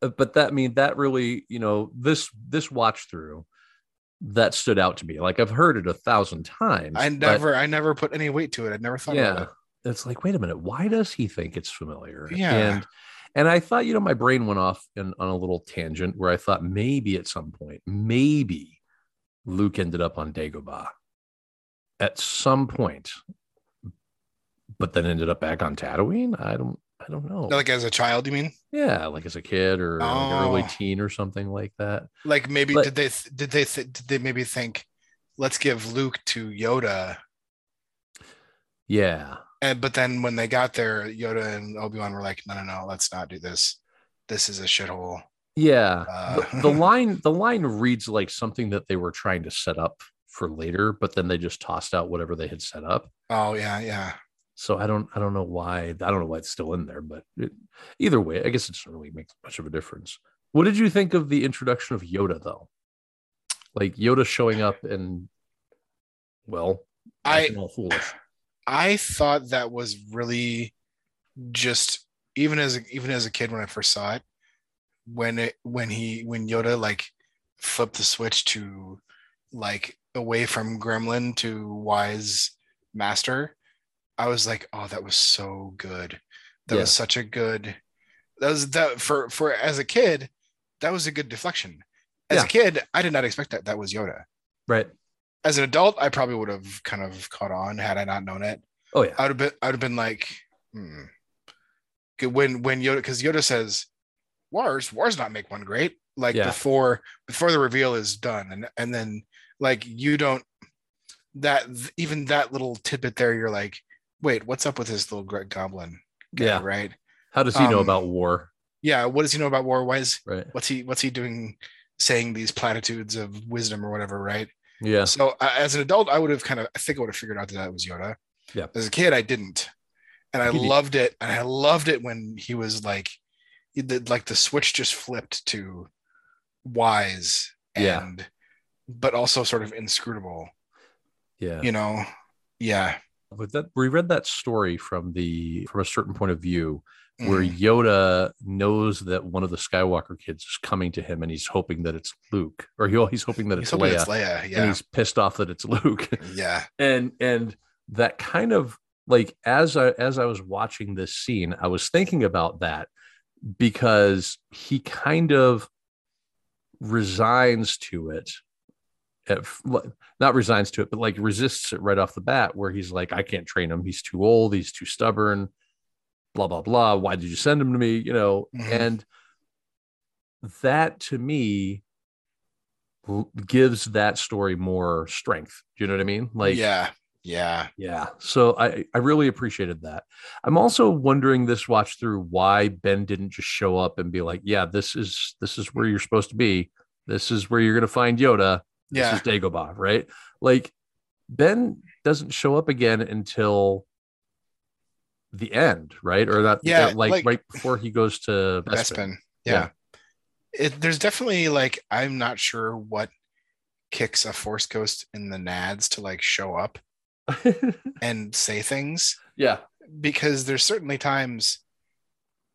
[SPEAKER 1] Uh, but that I mean that really you know this this watch through that stood out to me like i've heard it a thousand times
[SPEAKER 2] i
[SPEAKER 1] but-
[SPEAKER 2] never i never put any weight to it i never thought about
[SPEAKER 1] yeah
[SPEAKER 2] it
[SPEAKER 1] it's like wait a minute why does he think it's familiar
[SPEAKER 2] Yeah.
[SPEAKER 1] and and i thought you know my brain went off in, on a little tangent where i thought maybe at some point maybe luke ended up on dagobah at some point but then ended up back on tatooine i don't i don't know
[SPEAKER 2] like as a child you mean
[SPEAKER 1] yeah like as a kid or like an early
[SPEAKER 2] Oh.
[SPEAKER 1] teen or something like that
[SPEAKER 2] like maybe
[SPEAKER 1] But-
[SPEAKER 2] did they th- did they th- did they maybe think let's give luke to yoda
[SPEAKER 1] yeah
[SPEAKER 2] And but then when they got there, Yoda and Obi Wan were like, "No, no, no, let's not do this. This is a shithole."
[SPEAKER 1] yeah
[SPEAKER 2] Uh,
[SPEAKER 1] the line the line reads like something that they were trying to set up for later but then they just tossed out whatever they had set up
[SPEAKER 2] oh yeah, yeah,
[SPEAKER 1] so i don't i don't know why i don't know why it's still in there but it, either way i guess it doesn't really make much of a difference what did you think of the introduction of yoda though like yoda showing up and well
[SPEAKER 2] I
[SPEAKER 1] acting all foolish
[SPEAKER 2] I thought that was really just even as a- even as a kid when I first saw it, when it when he when Yoda like flipped the switch to like away from Gremlin to wise master, I was like, oh, that was so good. That was such a good. That was that for for as a kid, that was a good deflection. As
[SPEAKER 1] Yeah.
[SPEAKER 2] a kid, I did not expect that. That was Yoda.
[SPEAKER 1] right
[SPEAKER 2] As an adult, I probably would have kind of caught on had I not known it.
[SPEAKER 1] oh yeah
[SPEAKER 2] I'd have been I'd have been like, hmm. 'Cause When when Yoda because Yoda says, "Wars, wars not make one great." Like
[SPEAKER 1] Yeah.
[SPEAKER 2] before before the reveal is done, and and then like you don't that even that little tidbit there, you're like, wait, what's up with this little Greg Goblin? guy,
[SPEAKER 1] yeah
[SPEAKER 2] right.
[SPEAKER 1] how does he know
[SPEAKER 2] um,
[SPEAKER 1] about war
[SPEAKER 2] Yeah, what does he know about war? Why is
[SPEAKER 1] right
[SPEAKER 2] what's he what's he doing? Saying these platitudes of wisdom or whatever, right?
[SPEAKER 1] yeah
[SPEAKER 2] So I as an adult, I would have kind of, I think I would have figured out that that was Yoda.
[SPEAKER 1] Yeah.
[SPEAKER 2] As a kid, I didn't, and I
[SPEAKER 1] You did.
[SPEAKER 2] loved it. And I loved it when he was like, he did, like the switch just flipped to wise
[SPEAKER 1] Yeah.
[SPEAKER 2] and, but also sort of inscrutable.
[SPEAKER 1] yeah
[SPEAKER 2] You know, yeah,
[SPEAKER 1] but that we read that story from the from a certain point of view where
[SPEAKER 2] Mm. Mm-hmm.
[SPEAKER 1] Yoda knows that one of the Skywalker kids is coming to him and he's hoping that it's Luke or he, he's hoping that it's
[SPEAKER 2] He's hoping
[SPEAKER 1] Leia
[SPEAKER 2] it's Leia.
[SPEAKER 1] and
[SPEAKER 2] Yeah.
[SPEAKER 1] he's pissed off that it's Luke
[SPEAKER 2] Yeah.
[SPEAKER 1] and and that kind of like as I as I was watching this scene I was thinking about that because he kind of resigns to it at, f- li- not resigns to it but like resists it right off the bat where he's like I can't train him he's too old he's too stubborn blah blah blah why did you send him to me you know
[SPEAKER 2] Mhm.
[SPEAKER 1] and that to me l- gives that story more strength do you know what i mean like
[SPEAKER 2] yeah. Yeah.
[SPEAKER 1] yeah so i i really appreciated that i'm also wondering this watch through why ben didn't just show up and be like yeah this is this is where you're supposed to be this is where you're going to find yoda this
[SPEAKER 2] Yeah.
[SPEAKER 1] is dagobah right like ben doesn't show up again until the end right or not
[SPEAKER 2] Yeah,
[SPEAKER 1] like,
[SPEAKER 2] like-
[SPEAKER 1] right before he goes to Bespin.
[SPEAKER 2] Bespin. Yeah. It, there's definitely like I'm not sure what kicks a force ghost in the nads to like show up and say things
[SPEAKER 1] yeah
[SPEAKER 2] because there's certainly times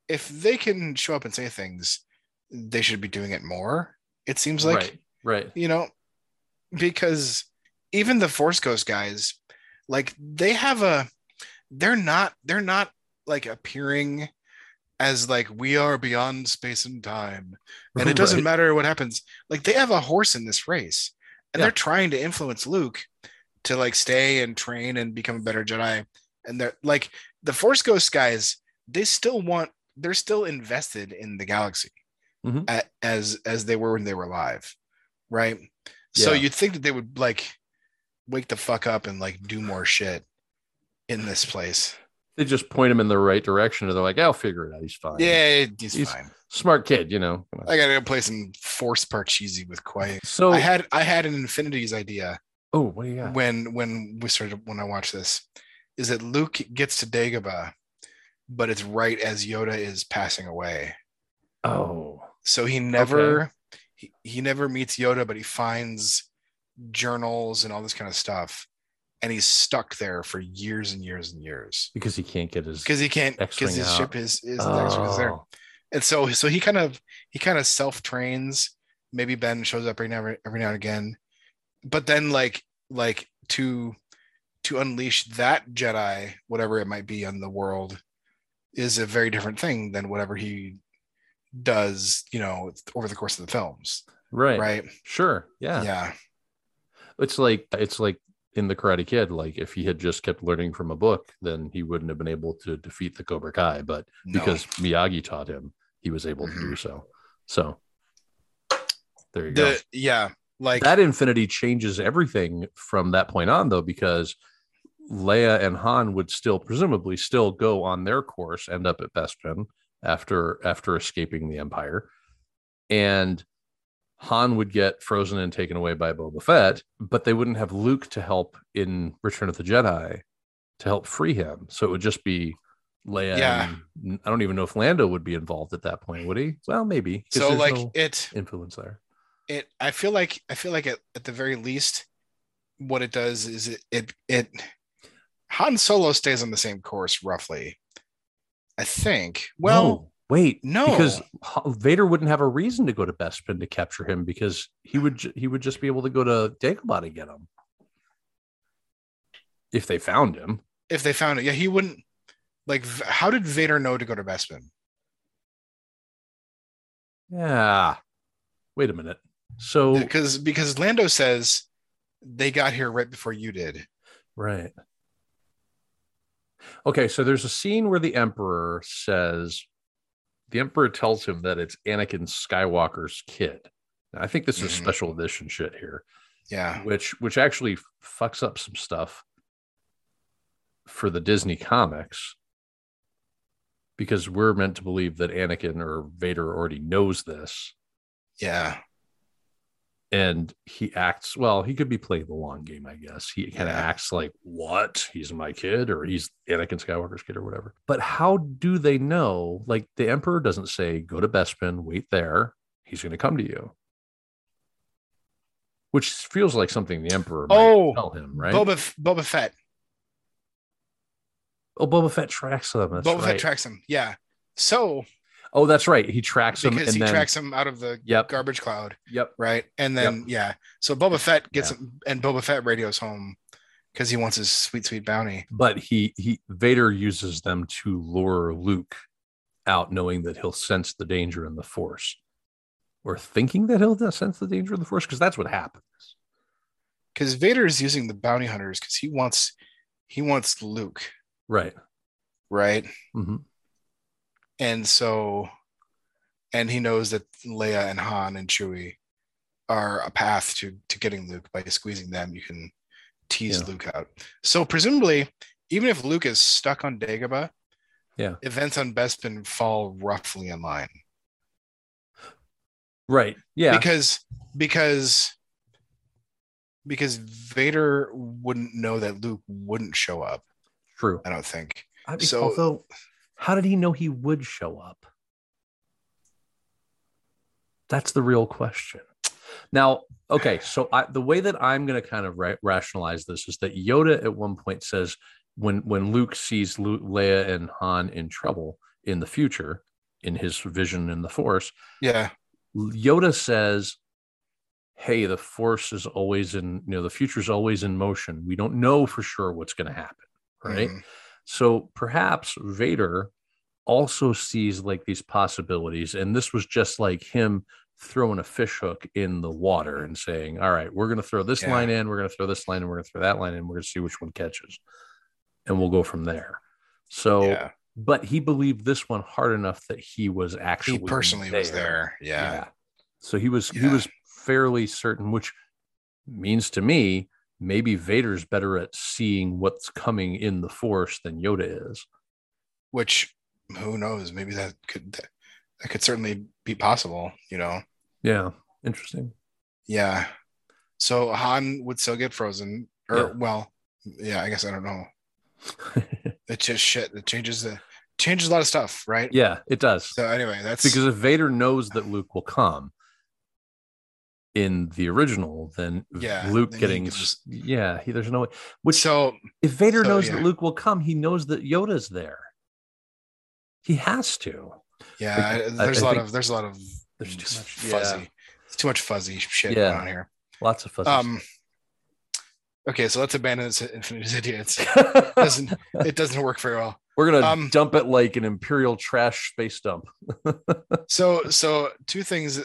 [SPEAKER 2] if they can show up and say things, they should be doing it more. It seems like
[SPEAKER 1] right right
[SPEAKER 2] you know, because even the Force Ghost guys, like they have a, they're not, they're not like appearing as like we are beyond space and time, and it doesn't
[SPEAKER 1] Right.
[SPEAKER 2] matter what happens. Like they have a horse in this race, and
[SPEAKER 1] Yeah.
[SPEAKER 2] they're trying to influence Luke to like stay and train and become a better Jedi. And they're like the Force Ghost guys, they still want, they're still invested in the galaxy
[SPEAKER 1] Mhm.
[SPEAKER 2] a- as as they were when they were alive right? So
[SPEAKER 1] Yeah.
[SPEAKER 2] you'd think that they would like wake the fuck up and like do more shit in this place.
[SPEAKER 1] they just point him in the right direction and they're like i'll figure it out he's fine
[SPEAKER 2] Yeah, he's,
[SPEAKER 1] He's-
[SPEAKER 2] fine.
[SPEAKER 1] smart kid you know Come on.
[SPEAKER 2] I gotta go play some force parcheesi with Quay.
[SPEAKER 1] so
[SPEAKER 2] I had I had an infinities idea
[SPEAKER 1] oh what do you got
[SPEAKER 2] when when we started when I watched this, is that Luke gets to Dagobah, but it's right as Yoda is passing away.
[SPEAKER 1] oh
[SPEAKER 2] So he never he, he never meets Yoda, but he finds journals and all this kind of stuff. And he's stuck there for years and years and years.
[SPEAKER 1] because he can't get his
[SPEAKER 2] Because he can't because
[SPEAKER 1] X-wing
[SPEAKER 2] his
[SPEAKER 1] out.
[SPEAKER 2] ship is is, the X-wing is there.
[SPEAKER 1] oh,
[SPEAKER 2] And so so he kind of he kind of self-trains. Maybe Ben shows up every now every now and again. But then like like to to unleash that Jedi, whatever it might be on the world, is a very different thing than whatever he does, you know, over the course of the films
[SPEAKER 1] right right
[SPEAKER 2] right
[SPEAKER 1] sure yeah.
[SPEAKER 2] yeah yeah,
[SPEAKER 1] it's like it's like in the karate kid like if he had just kept learning from a book then he wouldn't have been able to defeat the cobra kai but
[SPEAKER 2] No. Mm-hmm.
[SPEAKER 1] because miyagi taught him he was able to do so so there you go
[SPEAKER 2] the yeah like
[SPEAKER 1] that infinity changes everything from that point on though because leia and han would still presumably still go on their course end up at bespin after after escaping the empire and han would get frozen and taken away by boba fett but they wouldn't have luke to help in return of the jedi to help free him so it would just be leia
[SPEAKER 2] Yeah.
[SPEAKER 1] and- i don't even know if lando would be involved at that point would he well maybe 'cause
[SPEAKER 2] so
[SPEAKER 1] there's
[SPEAKER 2] like
[SPEAKER 1] no
[SPEAKER 2] it
[SPEAKER 1] influence there
[SPEAKER 2] it i feel like i feel like at, at the very least what it does is it, it it han solo stays on the same course roughly i think well
[SPEAKER 1] no, wait,
[SPEAKER 2] no.
[SPEAKER 1] because H- Vader wouldn't have a reason to go to Bespin to capture him because he would ju- he would just be able to go to Dagobah to get him if they found him.
[SPEAKER 2] if they found it yeah he wouldn't like v- how did vader know to go to bespin
[SPEAKER 1] Yeah, wait a minute. So
[SPEAKER 2] because because lando says they got here right before you did
[SPEAKER 1] right, okay. So there's a scene where the Emperor says the Emperor tells him that it's Anakin Skywalker's kid. Now, I think this is
[SPEAKER 2] Mhm.
[SPEAKER 1] special edition shit here.
[SPEAKER 2] yeah
[SPEAKER 1] which which actually fucks up some stuff for the Disney comics because we're meant to believe that Anakin or Vader already knows this
[SPEAKER 2] yeah
[SPEAKER 1] and he acts well he could be playing the long game i guess he kind of
[SPEAKER 2] Yeah.
[SPEAKER 1] acts like what he's my kid or he's anakin skywalker's kid or whatever but how do they know like the emperor doesn't say go to bespin wait there he's going to come to you which feels like something the emperor might
[SPEAKER 2] Oh,
[SPEAKER 1] tell him right
[SPEAKER 2] boba F- boba fett
[SPEAKER 1] oh boba fett tracks them that's
[SPEAKER 2] boba
[SPEAKER 1] right
[SPEAKER 2] fett tracks him yeah So
[SPEAKER 1] Oh, that's right. He tracks him,
[SPEAKER 2] because
[SPEAKER 1] and
[SPEAKER 2] he
[SPEAKER 1] then
[SPEAKER 2] tracks him out of the
[SPEAKER 1] yep,
[SPEAKER 2] garbage cloud,
[SPEAKER 1] yep,
[SPEAKER 2] right? And then yeah, so Boba Fett gets
[SPEAKER 1] Yeah.
[SPEAKER 2] him, and Boba Fett radios home because he wants his sweet sweet bounty.
[SPEAKER 1] but he he Vader uses them to lure Luke out, knowing that he'll sense the danger in the Force, or thinking that he'll sense the danger in the Force, because that's what happens.
[SPEAKER 2] Because Vader is using the bounty hunters because he wants he wants Luke,
[SPEAKER 1] Right.
[SPEAKER 2] right?
[SPEAKER 1] hmm
[SPEAKER 2] And so, and he knows that Leia and Han and Chewie are a path to to getting Luke by squeezing them. You can tease
[SPEAKER 1] Yeah.
[SPEAKER 2] Luke out. So presumably, even if Luke is stuck on Dagobah,
[SPEAKER 1] Yeah.
[SPEAKER 2] events on Bespin fall roughly in line
[SPEAKER 1] Right. Yeah.
[SPEAKER 2] because because because Vader wouldn't know that Luke wouldn't show up.
[SPEAKER 1] True.
[SPEAKER 2] I don't think.
[SPEAKER 1] I mean,
[SPEAKER 2] So-
[SPEAKER 1] although, how did he know he would show up? That's the real question. Now, okay, so I, the way that I'm going to kind of ra- rationalize this is that Yoda at one point says, when when Luke sees Lu Leia and Han in trouble in the future, in his vision in the Force,
[SPEAKER 2] Yeah,
[SPEAKER 1] Yoda says, "Hey, the Force is always in. You know, the future's always in motion. We don't know for sure what's going to happen, right?"
[SPEAKER 2] Mhm.
[SPEAKER 1] So perhaps Vader also sees like these possibilities. And this was just like him throwing a fishhook in the water and saying, All right, we're going to throw this
[SPEAKER 2] Yeah.
[SPEAKER 1] line in, we're going to throw this line in, we're going to throw that line in, we're going to see which one catches. And we'll go from there. So,
[SPEAKER 2] yeah.
[SPEAKER 1] but he believed this one hard enough that he was actually
[SPEAKER 2] He personally was there.
[SPEAKER 1] yeah.
[SPEAKER 2] Yeah.
[SPEAKER 1] So he was he
[SPEAKER 2] Yeah.
[SPEAKER 1] was fairly certain, which means to me maybe Vader's better at seeing what's coming in the Force than Yoda is.
[SPEAKER 2] which who knows maybe that could that could certainly be possible you know
[SPEAKER 1] Yeah, interesting.
[SPEAKER 2] yeah so han would still get frozen or
[SPEAKER 1] Yeah.
[SPEAKER 2] well yeah i guess i don't know it's just shit it changes the changes a lot of stuff right
[SPEAKER 1] yeah, it does
[SPEAKER 2] so anyway that's
[SPEAKER 1] because if Vader knows that Luke will come in the original, then
[SPEAKER 2] Yeah,
[SPEAKER 1] Luke
[SPEAKER 2] then he
[SPEAKER 1] getting
[SPEAKER 2] can just-
[SPEAKER 1] yeah, he, there's no way. Which
[SPEAKER 2] so
[SPEAKER 1] if Vader
[SPEAKER 2] so,
[SPEAKER 1] knows
[SPEAKER 2] yeah.
[SPEAKER 1] that Luke will come, he knows that Yoda's there. He has to.
[SPEAKER 2] yeah
[SPEAKER 1] I-
[SPEAKER 2] I- there's
[SPEAKER 1] I
[SPEAKER 2] a lot
[SPEAKER 1] think
[SPEAKER 2] of there's a lot of
[SPEAKER 1] There's too Mm, much
[SPEAKER 2] fuzzy
[SPEAKER 1] yeah,
[SPEAKER 2] it's too much fuzzy shit
[SPEAKER 1] Yeah.
[SPEAKER 2] going on here
[SPEAKER 1] lots of fuzzy.
[SPEAKER 2] um okay so let's abandon this infinite idiots it
[SPEAKER 1] stuff.
[SPEAKER 2] doesn't it doesn't work very well
[SPEAKER 1] We're gonna
[SPEAKER 2] um,
[SPEAKER 1] dump it like an imperial trash space dump.
[SPEAKER 2] so so two things uh,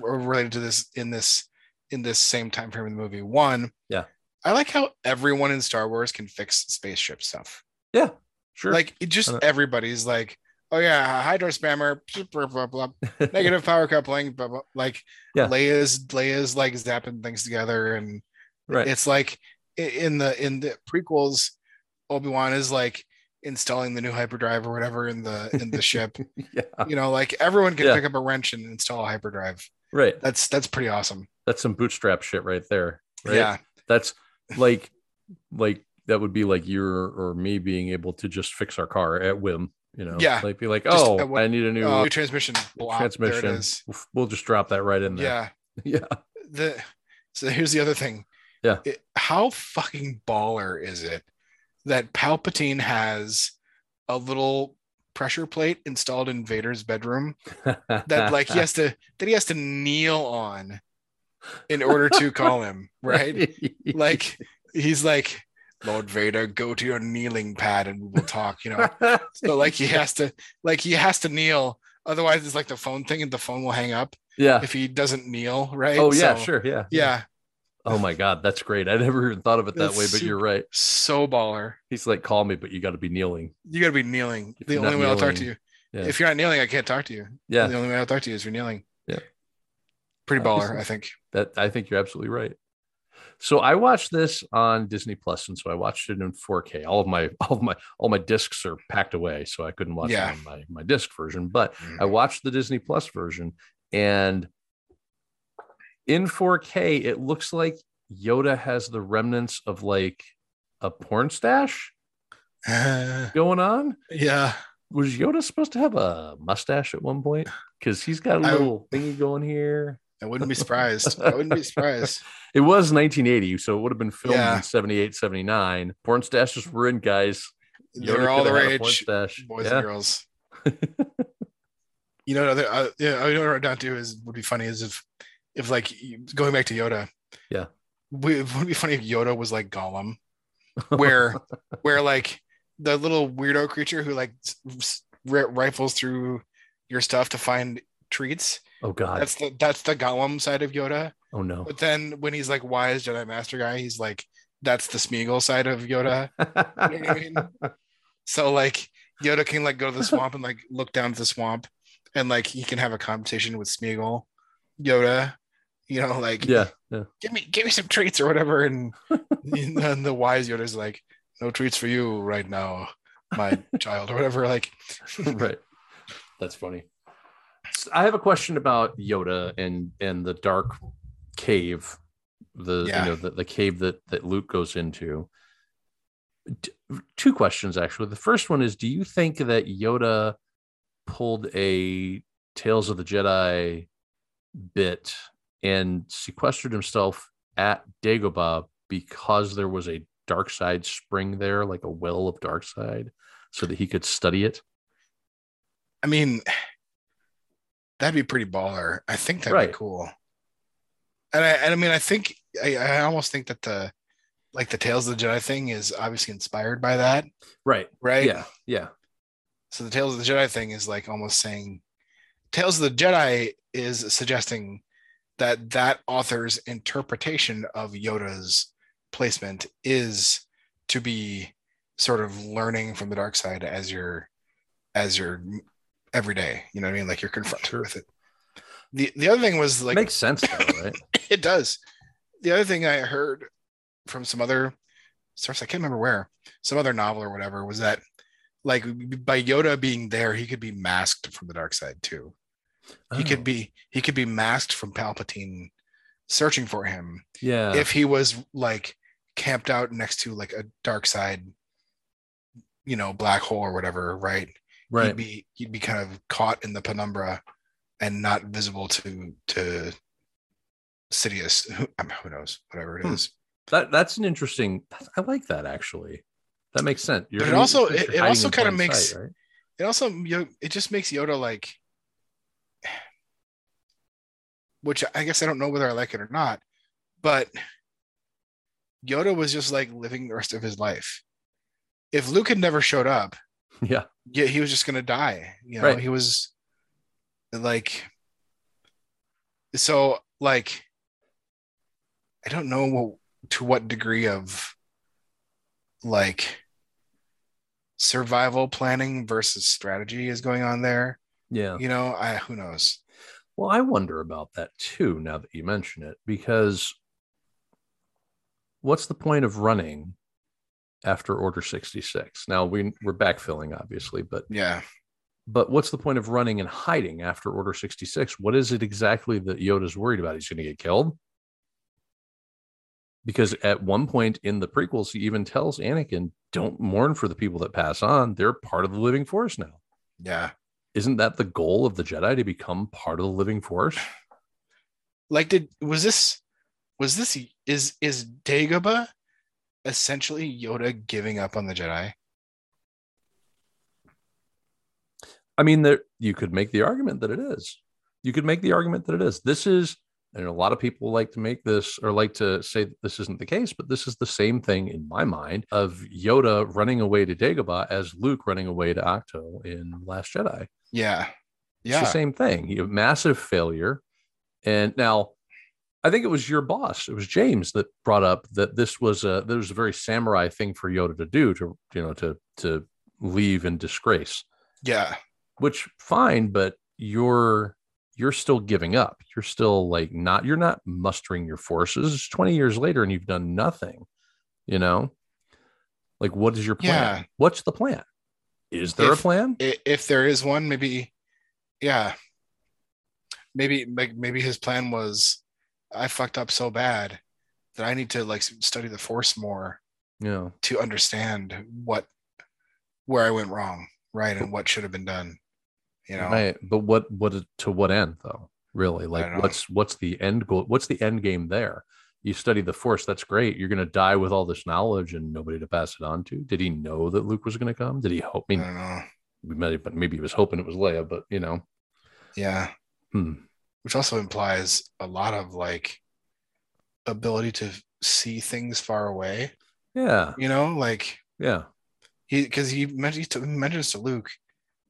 [SPEAKER 2] were related to this in this in this same time frame of the movie one
[SPEAKER 1] Yeah.
[SPEAKER 2] i like how everyone in star wars can fix spaceship stuff
[SPEAKER 1] Sure. Uh,
[SPEAKER 2] like it just
[SPEAKER 1] I know.
[SPEAKER 2] everybody's like oh yeah hydro spammer blah, blah, blah, blah, negative power coupling blah, blah. like
[SPEAKER 1] Yeah.
[SPEAKER 2] leia's leia's like zapping things together and
[SPEAKER 1] right.
[SPEAKER 2] it's like i- in the in the prequels obi-wan is like installing the new hyperdrive or whatever in the in the ship
[SPEAKER 1] yeah.
[SPEAKER 2] you know like everyone can
[SPEAKER 1] Yeah.
[SPEAKER 2] pick up a wrench and install a hyperdrive
[SPEAKER 1] Right.
[SPEAKER 2] that's that's pretty awesome.
[SPEAKER 1] That's some bootstrap shit right there. Right?
[SPEAKER 2] Yeah,
[SPEAKER 1] That's like like that would be like you or or me being able to just fix our car at whim, you know.
[SPEAKER 2] Yeah.
[SPEAKER 1] Like be like,
[SPEAKER 2] Just
[SPEAKER 1] oh,
[SPEAKER 2] at what-
[SPEAKER 1] I need a new
[SPEAKER 2] Uh, new transmission block. There it
[SPEAKER 1] transmission.
[SPEAKER 2] is.
[SPEAKER 1] Oof, We'll just drop that right in there.
[SPEAKER 2] Yeah.
[SPEAKER 1] Yeah.
[SPEAKER 2] The so here's the other thing.
[SPEAKER 1] Yeah.
[SPEAKER 2] It- how fucking baller is it that Palpatine has a little pressure plate installed in Vader's bedroom
[SPEAKER 1] Yeah.
[SPEAKER 2] that like he has to that he has to kneel on in order to call him right? Like he's like Lord Vader, go to your kneeling pad and we will talk. You know, So like he has to like he has to kneel. Otherwise it's like the phone thing and the phone will hang up
[SPEAKER 1] yeah.
[SPEAKER 2] if he doesn't kneel, right?
[SPEAKER 1] Uh. Oh yeah,
[SPEAKER 2] So,
[SPEAKER 1] sure. Yeah.
[SPEAKER 2] Yeah.
[SPEAKER 1] Oh my god, that's great. I never even thought of it that
[SPEAKER 2] That's
[SPEAKER 1] way, but you're right.
[SPEAKER 2] So baller.
[SPEAKER 1] He's like, call me, but you gotta be kneeling.
[SPEAKER 2] You gotta be kneeling.
[SPEAKER 1] If
[SPEAKER 2] the
[SPEAKER 1] you're
[SPEAKER 2] only way
[SPEAKER 1] not
[SPEAKER 2] I'll talk to you.
[SPEAKER 1] kneeling, yeah.
[SPEAKER 2] If you're not kneeling, I can't talk to you.
[SPEAKER 1] Yeah.
[SPEAKER 2] The only way I'll talk to you is if you're kneeling.
[SPEAKER 1] Yeah.
[SPEAKER 2] Pretty
[SPEAKER 1] Uh,
[SPEAKER 2] baller, I think.
[SPEAKER 1] That I think you're absolutely right. So I watched this on Disney Plus, and so I watched it in 4K. All of my all of my all my discs are packed away, so I couldn't watch
[SPEAKER 2] Yeah.
[SPEAKER 1] it on my, my disc version. But I watched the Disney Plus version, and in 4K, it looks like Yoda has the remnants of like a porn stash
[SPEAKER 2] Uh,
[SPEAKER 1] going on.
[SPEAKER 2] yeah.
[SPEAKER 1] Was Yoda supposed to have a mustache at one point? Because he's got a
[SPEAKER 2] I-
[SPEAKER 1] little thingy going here.
[SPEAKER 2] I wouldn't be surprised. I wouldn't be surprised.
[SPEAKER 1] It was 1980, so it would have been filmed
[SPEAKER 2] Yeah.
[SPEAKER 1] in 78, 79. Porn stashes were in, guys.
[SPEAKER 2] They're
[SPEAKER 1] Yoda
[SPEAKER 2] all the
[SPEAKER 1] could have had a porn
[SPEAKER 2] rage.
[SPEAKER 1] stash.
[SPEAKER 2] Boys
[SPEAKER 1] yeah.
[SPEAKER 2] and girls. You know, another uh, yeah, I know what not do is would be funny is if if like you- going back to Yoda.
[SPEAKER 1] Yeah.
[SPEAKER 2] We, would be funny if Yoda was like Gollum, where where like the little weirdo creature who like s- s- ri- rifles through your stuff to find treats.
[SPEAKER 1] oh god.
[SPEAKER 2] That's the that's the Gollum side of Yoda.
[SPEAKER 1] Oh no.
[SPEAKER 2] But then when he's like wise Jedi Master guy, he's like that's the Smeagol side of Yoda. You know what I mean? So like Yoda can like go to the swamp and like look down at the swamp and like he can have a conversation with Smeagol, Yoda, you know, like
[SPEAKER 1] yeah. Yeah.
[SPEAKER 2] give me give me some treats or whatever. And, and then the wise Yoda's like, no treats for you right now, my child, or whatever. Like
[SPEAKER 1] right. That's funny. S- I have a question about Yoda and and the dark cave, the
[SPEAKER 2] Yeah.
[SPEAKER 1] you know the, the cave that that Luke goes into. D- two questions actually. The first one is: Do you think that Yoda pulled a Tales of the Jedi bit and sequestered himself at Dagobah because there was a dark side spring there, like a well of dark side, so that he could study it?
[SPEAKER 2] I mean, that'd be pretty baller. I think that'd
[SPEAKER 1] Right.
[SPEAKER 2] be cool. And I, and I mean, I think I, I almost think that the like the Tales of the Jedi thing is obviously inspired by that,
[SPEAKER 1] Right.
[SPEAKER 2] right?
[SPEAKER 1] Yeah. Yeah.
[SPEAKER 2] So the Tales of the Jedi thing is like almost saying Tales of the Jedi is suggesting that that author's interpretation of Yoda's placement is to be sort of learning from the dark side as your as your every day, you know what I mean? Like you're confronted with it. The the other thing was like
[SPEAKER 1] Makes sense though, right?
[SPEAKER 2] it does. The other thing I heard from some other source, I can't remember where, some other novel or whatever, was that like by Yoda being there, he could be masked from the dark side too. He
[SPEAKER 1] Oh,
[SPEAKER 2] could be he could be masked from Palpatine searching for him
[SPEAKER 1] Oh, yeah.
[SPEAKER 2] if he was like camped out next to like a dark side, you know, black hole or whatever, right?
[SPEAKER 1] right.
[SPEAKER 2] He'd be he'd be kind of caught in the penumbra and not visible to to Sidious. Who, I mean, who knows? Whatever it
[SPEAKER 1] Hmm.
[SPEAKER 2] is.
[SPEAKER 1] that that's an interesting that's, I like that actually. That makes sense. You're
[SPEAKER 2] But it
[SPEAKER 1] gonna-
[SPEAKER 2] also-
[SPEAKER 1] since
[SPEAKER 2] it-
[SPEAKER 1] you're
[SPEAKER 2] it
[SPEAKER 1] hiding
[SPEAKER 2] also
[SPEAKER 1] in
[SPEAKER 2] kinda
[SPEAKER 1] plain
[SPEAKER 2] makes-
[SPEAKER 1] sight, right?
[SPEAKER 2] It also Yo- it just makes Yoda like, which I guess I don't know whether I like it or not, but Yoda was just like living the rest of his life. If Luke had never showed up,
[SPEAKER 1] Yeah.
[SPEAKER 2] yeah, he was just gonna die. You know,
[SPEAKER 1] Right.
[SPEAKER 2] he was like so like I don't know what, to what degree of like survival planning versus strategy is going on there.
[SPEAKER 1] Yeah.
[SPEAKER 2] You know, I who knows.
[SPEAKER 1] Well, I wonder about that too now that you mention it because what's the point of running after order 66? Now we we're backfilling obviously, but
[SPEAKER 2] Yeah.
[SPEAKER 1] but what's the point of running and hiding after order 66 what is it exactly that yoda's worried about he's going to get killed because at one point in the prequels he even tells anakin don't mourn for the people that pass on they're part of the living force now
[SPEAKER 2] Yeah.
[SPEAKER 1] isn't that the goal of the jedi to become part of the living force
[SPEAKER 2] Like did was this was this is is Dagobah essentially Yoda giving up on the Jedi?
[SPEAKER 1] I mean, there you could make the argument that it is. You could make the argument that it is. This is, and a lot of people like to make this or like to say that this isn't the case, but this is the same thing in my mind of Yoda running away to Dagobah as Luke running away to Octo in Last Jedi.
[SPEAKER 2] Yeah.
[SPEAKER 1] It's the same thing. You have massive failure. And now I think it was your boss, it was James that brought up that this was a there was a very samurai thing for Yoda to do to, you know, to to leave in disgrace
[SPEAKER 2] Yeah.
[SPEAKER 1] which fine but you're you're still giving up you're still like not you're not mustering your forces it's 20 years later and you've done nothing you know like what is your plan
[SPEAKER 2] Yeah.
[SPEAKER 1] what's the plan is there
[SPEAKER 2] If-
[SPEAKER 1] a plan
[SPEAKER 2] I- If there is one, maybe, yeah, maybe like maybe his plan was, I fucked up so bad that I need to like study the force more
[SPEAKER 1] yeah
[SPEAKER 2] to understand what where I went wrong, right, and what should have been done. You know,
[SPEAKER 1] right but what what to what end though really
[SPEAKER 2] don't know.
[SPEAKER 1] like what's what's the end goal what's the end game there you study the force that's great you're going to die with all this knowledge and nobody to pass it on to did he know that luke was going to come did he hope I
[SPEAKER 2] I
[SPEAKER 1] mean
[SPEAKER 2] don't know.
[SPEAKER 1] we might have, but maybe he was hoping it was Leia, but you know,
[SPEAKER 2] Yeah.
[SPEAKER 1] Hmm.
[SPEAKER 2] Which also implies a lot of like ability to see things far away.
[SPEAKER 1] Yeah.
[SPEAKER 2] You know, like
[SPEAKER 1] Yeah.
[SPEAKER 2] he because he mentions to, mentions to Luke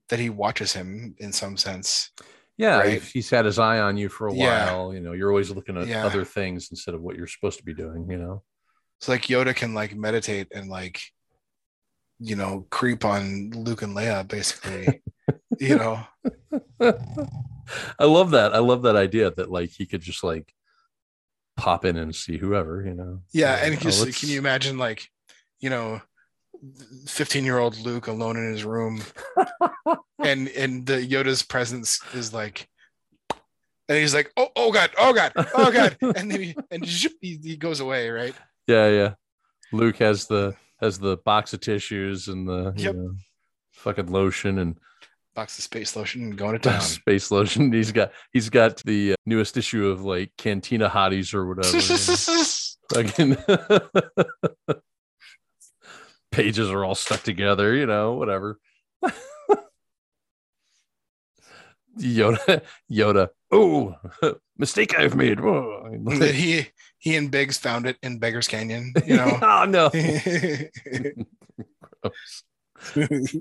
[SPEAKER 2] that he watches him in some sense.
[SPEAKER 1] Yeah.
[SPEAKER 2] Right.
[SPEAKER 1] If he's had his eye on you for a
[SPEAKER 2] Yeah.
[SPEAKER 1] while, you know, you're always looking at
[SPEAKER 2] Yeah.
[SPEAKER 1] other things instead of what you're supposed to be doing, you know?
[SPEAKER 2] So like Yoda can like meditate and like you know creep on Luke and Leia basically. you know,
[SPEAKER 1] I love that. I love that idea that like he could just like pop in and see whoever, you know.
[SPEAKER 2] yeah,
[SPEAKER 1] Like,
[SPEAKER 2] and
[SPEAKER 1] oh,
[SPEAKER 2] just,
[SPEAKER 1] let's-
[SPEAKER 2] can you imagine like you know 15 year old Luke alone in his room and and the Yoda's presence is like and he's like oh oh god oh god oh god and then he and zhup, he, he goes away right
[SPEAKER 1] Yeah, yeah. Luke has the has the box of tissues and the you
[SPEAKER 2] Yep.
[SPEAKER 1] know, fucking lotion and
[SPEAKER 2] box of space lotion and going to town
[SPEAKER 1] space lotion. He's got he's got the uh, newest issue of like Cantina Hotties or whatever. you know. fucking pages are all stuck together, you know, whatever. Yoda, Yoda. Oh, mistake I've made. Whoa.
[SPEAKER 2] that he he and Biggs found it in Beggar's Canyon, you know.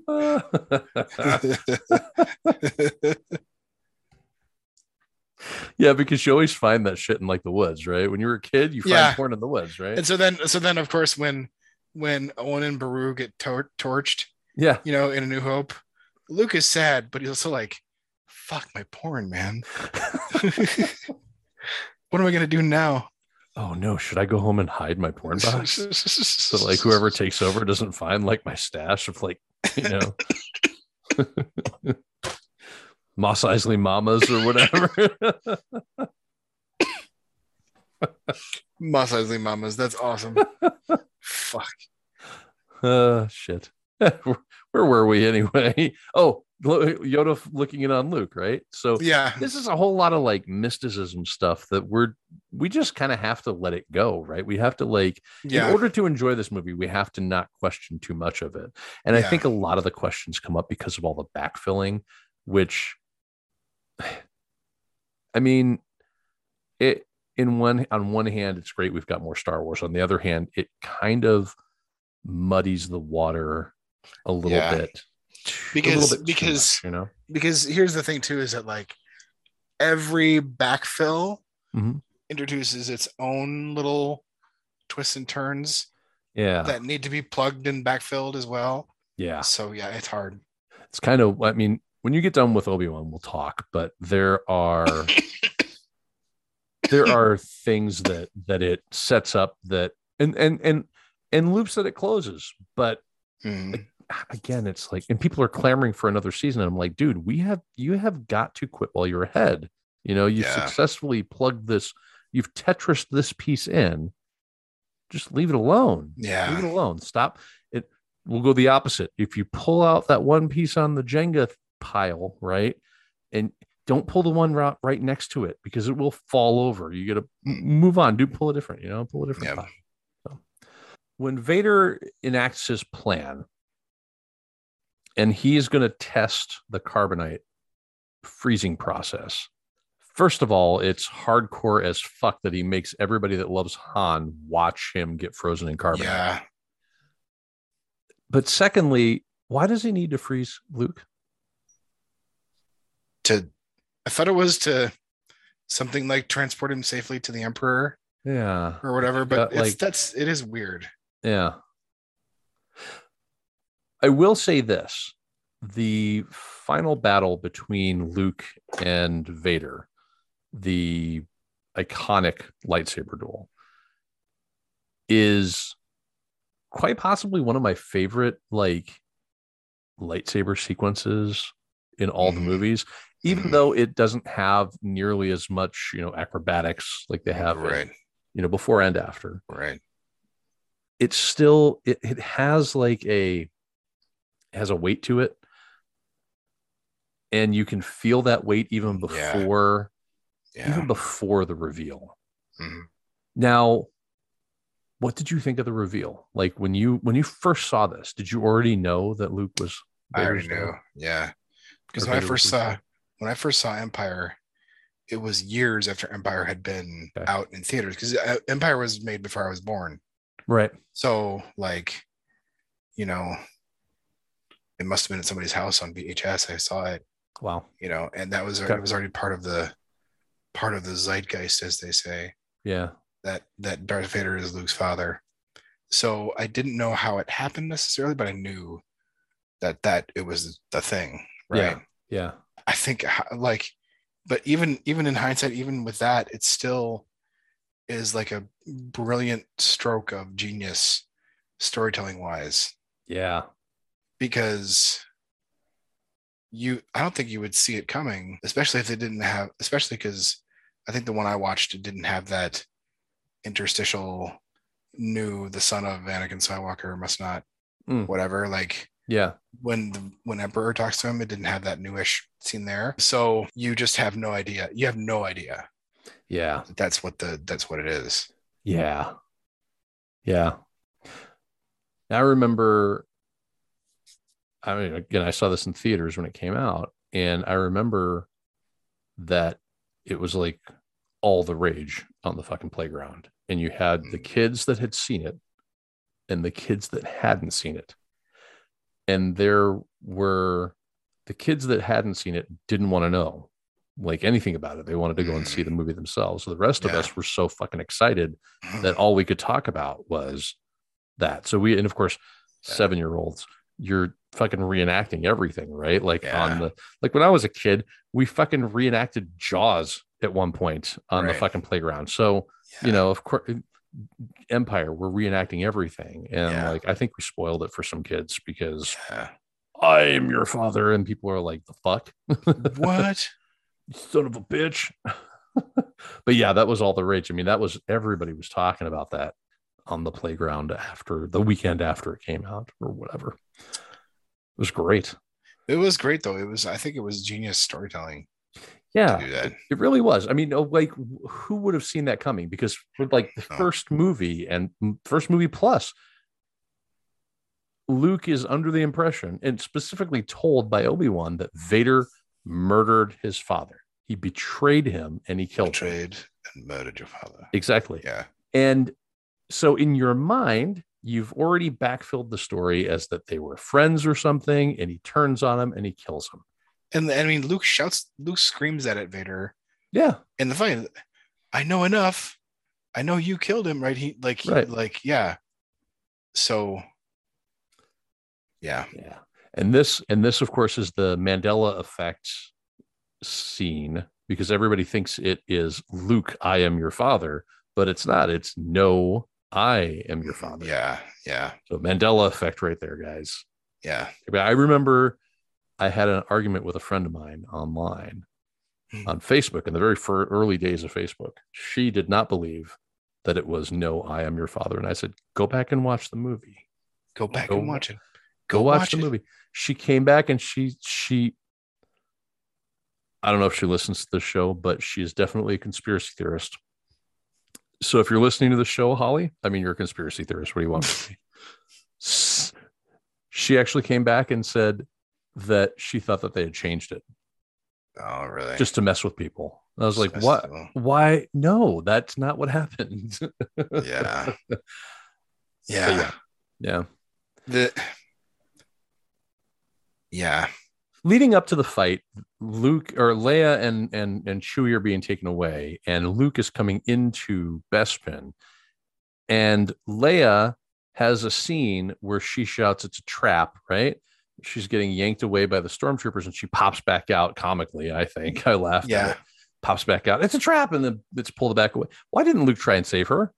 [SPEAKER 1] oh no. yeah, because you always find that shit in like the woods, right? When you were a kid, you find
[SPEAKER 2] Yeah.
[SPEAKER 1] porn in the woods, right?
[SPEAKER 2] and so then so then of course when when Owen and Baru get tor- torched,
[SPEAKER 1] yeah.
[SPEAKER 2] you know, in A New Hope, Luke is sad, but he's also like, fuck my porn, man. what am I gonna do now?
[SPEAKER 1] Oh no, should I go home and hide my porn box? so like whoever takes over doesn't find like my stash of like you know Moss Isley mamas or whatever.
[SPEAKER 2] Mos Eisley Mamas, that's awesome. fuck.
[SPEAKER 1] uh, shit. Where were we anyway? Oh, Lo- Yoda f- looking in on Luke, right? So
[SPEAKER 2] Yeah.
[SPEAKER 1] this is a whole lot of like mysticism stuff that we're we just kind of have to let it go, right? We have to like in
[SPEAKER 2] Yeah.
[SPEAKER 1] order to enjoy this movie, we have to not question too much of it. And I
[SPEAKER 2] Yeah.
[SPEAKER 1] think a lot of the questions come up because of all the backfilling, which I mean, it in one on one hand, it's great we've got more Star Wars. On the other hand, it kind of muddies the water a little
[SPEAKER 2] Yeah.
[SPEAKER 1] bit. too- a
[SPEAKER 2] Because-
[SPEAKER 1] too
[SPEAKER 2] because-
[SPEAKER 1] much, you know,
[SPEAKER 2] because here's the thing too is that like every backfill
[SPEAKER 1] Mhm.
[SPEAKER 2] introduces its own little twists and turns
[SPEAKER 1] yeah,
[SPEAKER 2] that need to be plugged and backfilled as well
[SPEAKER 1] yeah.
[SPEAKER 2] so yeah it's hard
[SPEAKER 1] it's kind of i mean when you get done with obi-wan we'll talk but there are there are things that that it sets up that and and and and loops that it closes but Mm.
[SPEAKER 2] Hmm.
[SPEAKER 1] again it's like and people are clamoring for another season and i'm like dude we have you have got to quit while you're ahead you know you've
[SPEAKER 2] Yeah.
[SPEAKER 1] successfully plugged this you've tetrised this piece in just leave it alone leave
[SPEAKER 2] yeah
[SPEAKER 1] it alone stop it we'll go the opposite if you pull out that one piece on the jenga pile right and don't pull the one ro- right next to it because it will fall over you gotta m- move on do pull a different you know pull a different
[SPEAKER 2] Yeah.
[SPEAKER 1] pile. So, when vader enacts his plan and he is going to test the carbonite freezing process First of all, it's hardcore as fuck that he makes everybody that loves Han watch him get frozen in carbonite
[SPEAKER 2] yeah
[SPEAKER 1] but secondly, why does he need to freeze Luke?
[SPEAKER 2] to i thought it was to something like transport him safely to the emperor
[SPEAKER 1] Yeah.
[SPEAKER 2] or whatever
[SPEAKER 1] But,
[SPEAKER 2] but it's
[SPEAKER 1] Uh, like-
[SPEAKER 2] that's it is weird
[SPEAKER 1] Yeah. I will say this the final battle between Luke and Vader, the iconic lightsaber duel, is quite possibly one of my favorite, like, lightsaber sequences in all
[SPEAKER 2] Mhm.
[SPEAKER 1] the movies even
[SPEAKER 2] Mhm.
[SPEAKER 1] though it doesn't have nearly as much you know acrobatics like they have in,
[SPEAKER 2] right
[SPEAKER 1] you know before and after
[SPEAKER 2] right
[SPEAKER 1] it's still it, it has like a it has a weight to it and you can feel that weight even
[SPEAKER 2] Yeah.
[SPEAKER 1] before
[SPEAKER 2] yeah
[SPEAKER 1] even before the reveal
[SPEAKER 2] Mhm.
[SPEAKER 1] now what did you think of the reveal like when you when you first saw this did you already know that luke was
[SPEAKER 2] i already
[SPEAKER 1] Vader's dad?
[SPEAKER 2] knew yeah because
[SPEAKER 1] Or
[SPEAKER 2] when i
[SPEAKER 1] Vader was
[SPEAKER 2] first
[SPEAKER 1] Luke's
[SPEAKER 2] saw
[SPEAKER 1] dad?
[SPEAKER 2] when I first saw Empire, it was years after Empire had been
[SPEAKER 1] Okay.
[SPEAKER 2] out in theaters because Empire was made before I was born.
[SPEAKER 1] Right.
[SPEAKER 2] So, like, you know, it must have been at somebody's house on VHS. I saw it,
[SPEAKER 1] Wow.
[SPEAKER 2] you know, and that was
[SPEAKER 1] Okay.
[SPEAKER 2] it was already part of the part of the zeitgeist, as they say,
[SPEAKER 1] Yeah.
[SPEAKER 2] that that Darth Vader is Luke's father. So I didn't know how it happened necessarily, but I knew that that it was the thing, right?
[SPEAKER 1] Yeah. Yeah.
[SPEAKER 2] I think h- like, but even even in hindsight, even with that, it still is like a brilliant stroke of genius storytelling wise
[SPEAKER 1] Yeah.
[SPEAKER 2] because you I don't think you would see it coming, especially if they didn't have especially because I think the one I watched it didn't have that interstitial new the son of Anakin Skywalker must not
[SPEAKER 1] Mm.
[SPEAKER 2] whatever like
[SPEAKER 1] Yeah.
[SPEAKER 2] when the, when Emperor talks to him, it didn't have that newish scene there. So you just have no idea. You have no idea
[SPEAKER 1] Yeah.
[SPEAKER 2] that that's what the that's what it is.
[SPEAKER 1] Yeah. Yeah. I remember I mean again I saw this in theaters when it came out and I remember that it was like all the rage on the fucking playground and you had the kids that had seen it and the kids that hadn't seen it. And there were the kids that hadn't seen it didn't want to know like anything about it. They wanted to go and see the movie themselves. So the rest of
[SPEAKER 2] Yeah.
[SPEAKER 1] us were so fucking excited that all we could talk about was that. So we, and of course,
[SPEAKER 2] Yeah.
[SPEAKER 1] seven year olds, you're fucking reenacting everything, right? Like
[SPEAKER 2] Yeah.
[SPEAKER 1] on the, like when I was a kid, we fucking reenacted Jaws at one point on the
[SPEAKER 2] Right.
[SPEAKER 1] fucking playground. So, you know, of course, Empire, we're reenacting everything. And
[SPEAKER 2] Yeah.
[SPEAKER 1] like, I think we spoiled it for some kids because
[SPEAKER 2] Yeah.
[SPEAKER 1] I am your father. And people are like, the fuck?
[SPEAKER 2] what?
[SPEAKER 1] son of a bitch. but yeah, that was all the rage. I mean, that was everybody was talking about that on the playground after the weekend after it came out or whatever. It was great.
[SPEAKER 2] It was great though. It was I think it was genius storytelling to
[SPEAKER 1] Yeah,
[SPEAKER 2] do that.
[SPEAKER 1] it really was. I mean, oh, like, who would have seen that coming? Because for like the
[SPEAKER 2] No.
[SPEAKER 1] first movie and first movie plus, Luke is under the impression and specifically told by Obi Wan that Vader murdered his father. He betrayed him and he killed him.
[SPEAKER 2] Betrayed and murdered your father.
[SPEAKER 1] Exactly.
[SPEAKER 2] Yeah.
[SPEAKER 1] And so in your mind, you've already backfilled the story as that they were friends or something, and he turns on him and he kills him.
[SPEAKER 2] And I mean Luke shouts Luke screams that at Vader
[SPEAKER 1] Yeah.
[SPEAKER 2] and the fight. I know enough. I know you killed him, right? He like
[SPEAKER 1] Right.
[SPEAKER 2] like yeah. So yeah.
[SPEAKER 1] Yeah. And this, and this, of course, is the Mandela effect scene because everybody thinks it is Luke, I am your father, but it's not. It's no, I am your father.
[SPEAKER 2] Mm, Yeah. Yeah.
[SPEAKER 1] So Mandela effect right there, guys.
[SPEAKER 2] Yeah.
[SPEAKER 1] But I remember I had an argument with a friend of mine online
[SPEAKER 2] Hmm.
[SPEAKER 1] on Facebook in the very fir- early days of Facebook. She did not believe that it was no, I am your father. And I said, go back and watch the movie.
[SPEAKER 2] Go back
[SPEAKER 1] Go
[SPEAKER 2] and watch it.
[SPEAKER 1] Go, watch, the movie. She came back and she, she, I don't know if she listens to the show, but she is definitely a conspiracy theorist. So if you're listening to the show, Holly, I mean, you're a conspiracy theorist. What do you want? S- she actually came back and said that she thought that they had changed it
[SPEAKER 2] Oh, really?
[SPEAKER 1] just to mess with people. And I was like,
[SPEAKER 2] That's
[SPEAKER 1] what?
[SPEAKER 2] cool.
[SPEAKER 1] Why? No, that's not what happened.
[SPEAKER 2] Yeah.
[SPEAKER 1] So,
[SPEAKER 2] yeah.
[SPEAKER 1] yeah. yeah.
[SPEAKER 2] The Yeah.
[SPEAKER 1] Leading up to the fight, Luke or Leia and and and Chewie are being taken away, and Luke is coming into Bespin, and Leia has a scene where she shouts, "It's a trap!" Right? She's getting yanked away by the stormtroopers, and she pops back out comically. I think I laughed. at
[SPEAKER 2] Yeah.
[SPEAKER 1] it. Pops back out. It's a trap, and then it's pulled back away. Why didn't Luke try and save her?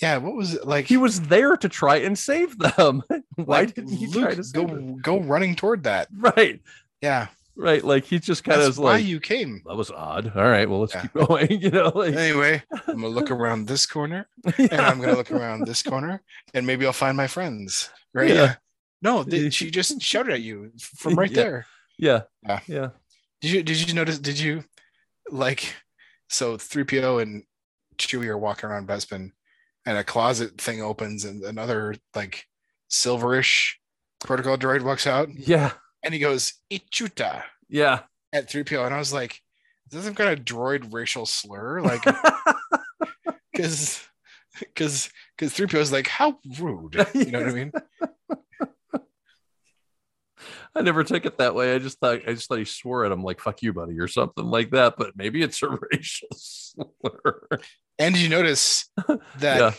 [SPEAKER 2] Yeah. What was it like?
[SPEAKER 1] he was there to try and save them. Why
[SPEAKER 2] like,
[SPEAKER 1] didn't he
[SPEAKER 2] Luke
[SPEAKER 1] try to save them?
[SPEAKER 2] go go running toward that?
[SPEAKER 1] Right,
[SPEAKER 2] Yeah.
[SPEAKER 1] right. Like he just kind of
[SPEAKER 2] That's
[SPEAKER 1] was
[SPEAKER 2] why
[SPEAKER 1] like,
[SPEAKER 2] you came.
[SPEAKER 1] that was odd. All right, well, let's
[SPEAKER 2] Yeah.
[SPEAKER 1] keep going. You know, like
[SPEAKER 2] Anyway, I'm gonna look around this corner and
[SPEAKER 1] yeah,
[SPEAKER 2] I'm gonna look around this corner and maybe I'll find my friends. Right.
[SPEAKER 1] Yeah.
[SPEAKER 2] Yeah. No, th- she just shouted at you from right
[SPEAKER 1] Yeah.
[SPEAKER 2] there.
[SPEAKER 1] yeah,
[SPEAKER 2] Yeah.
[SPEAKER 1] yeah.
[SPEAKER 2] Did you did you notice did you like so 3PO and Chewie are walking around Bespin and a closet thing opens and another like silverish protocol droid walks out
[SPEAKER 1] Yeah,
[SPEAKER 2] and he goes Ichuta
[SPEAKER 1] yeah,
[SPEAKER 2] at 3PO, and I was like, is this some kind of droid racial slur? Like, because because because 3PO is like, how rude. You know what I mean?
[SPEAKER 1] I never took it that way. I just thought I just thought he swore at him like "fuck you, buddy" or something like that. But maybe it's a racial slur.
[SPEAKER 2] And you notice that
[SPEAKER 1] Yeah.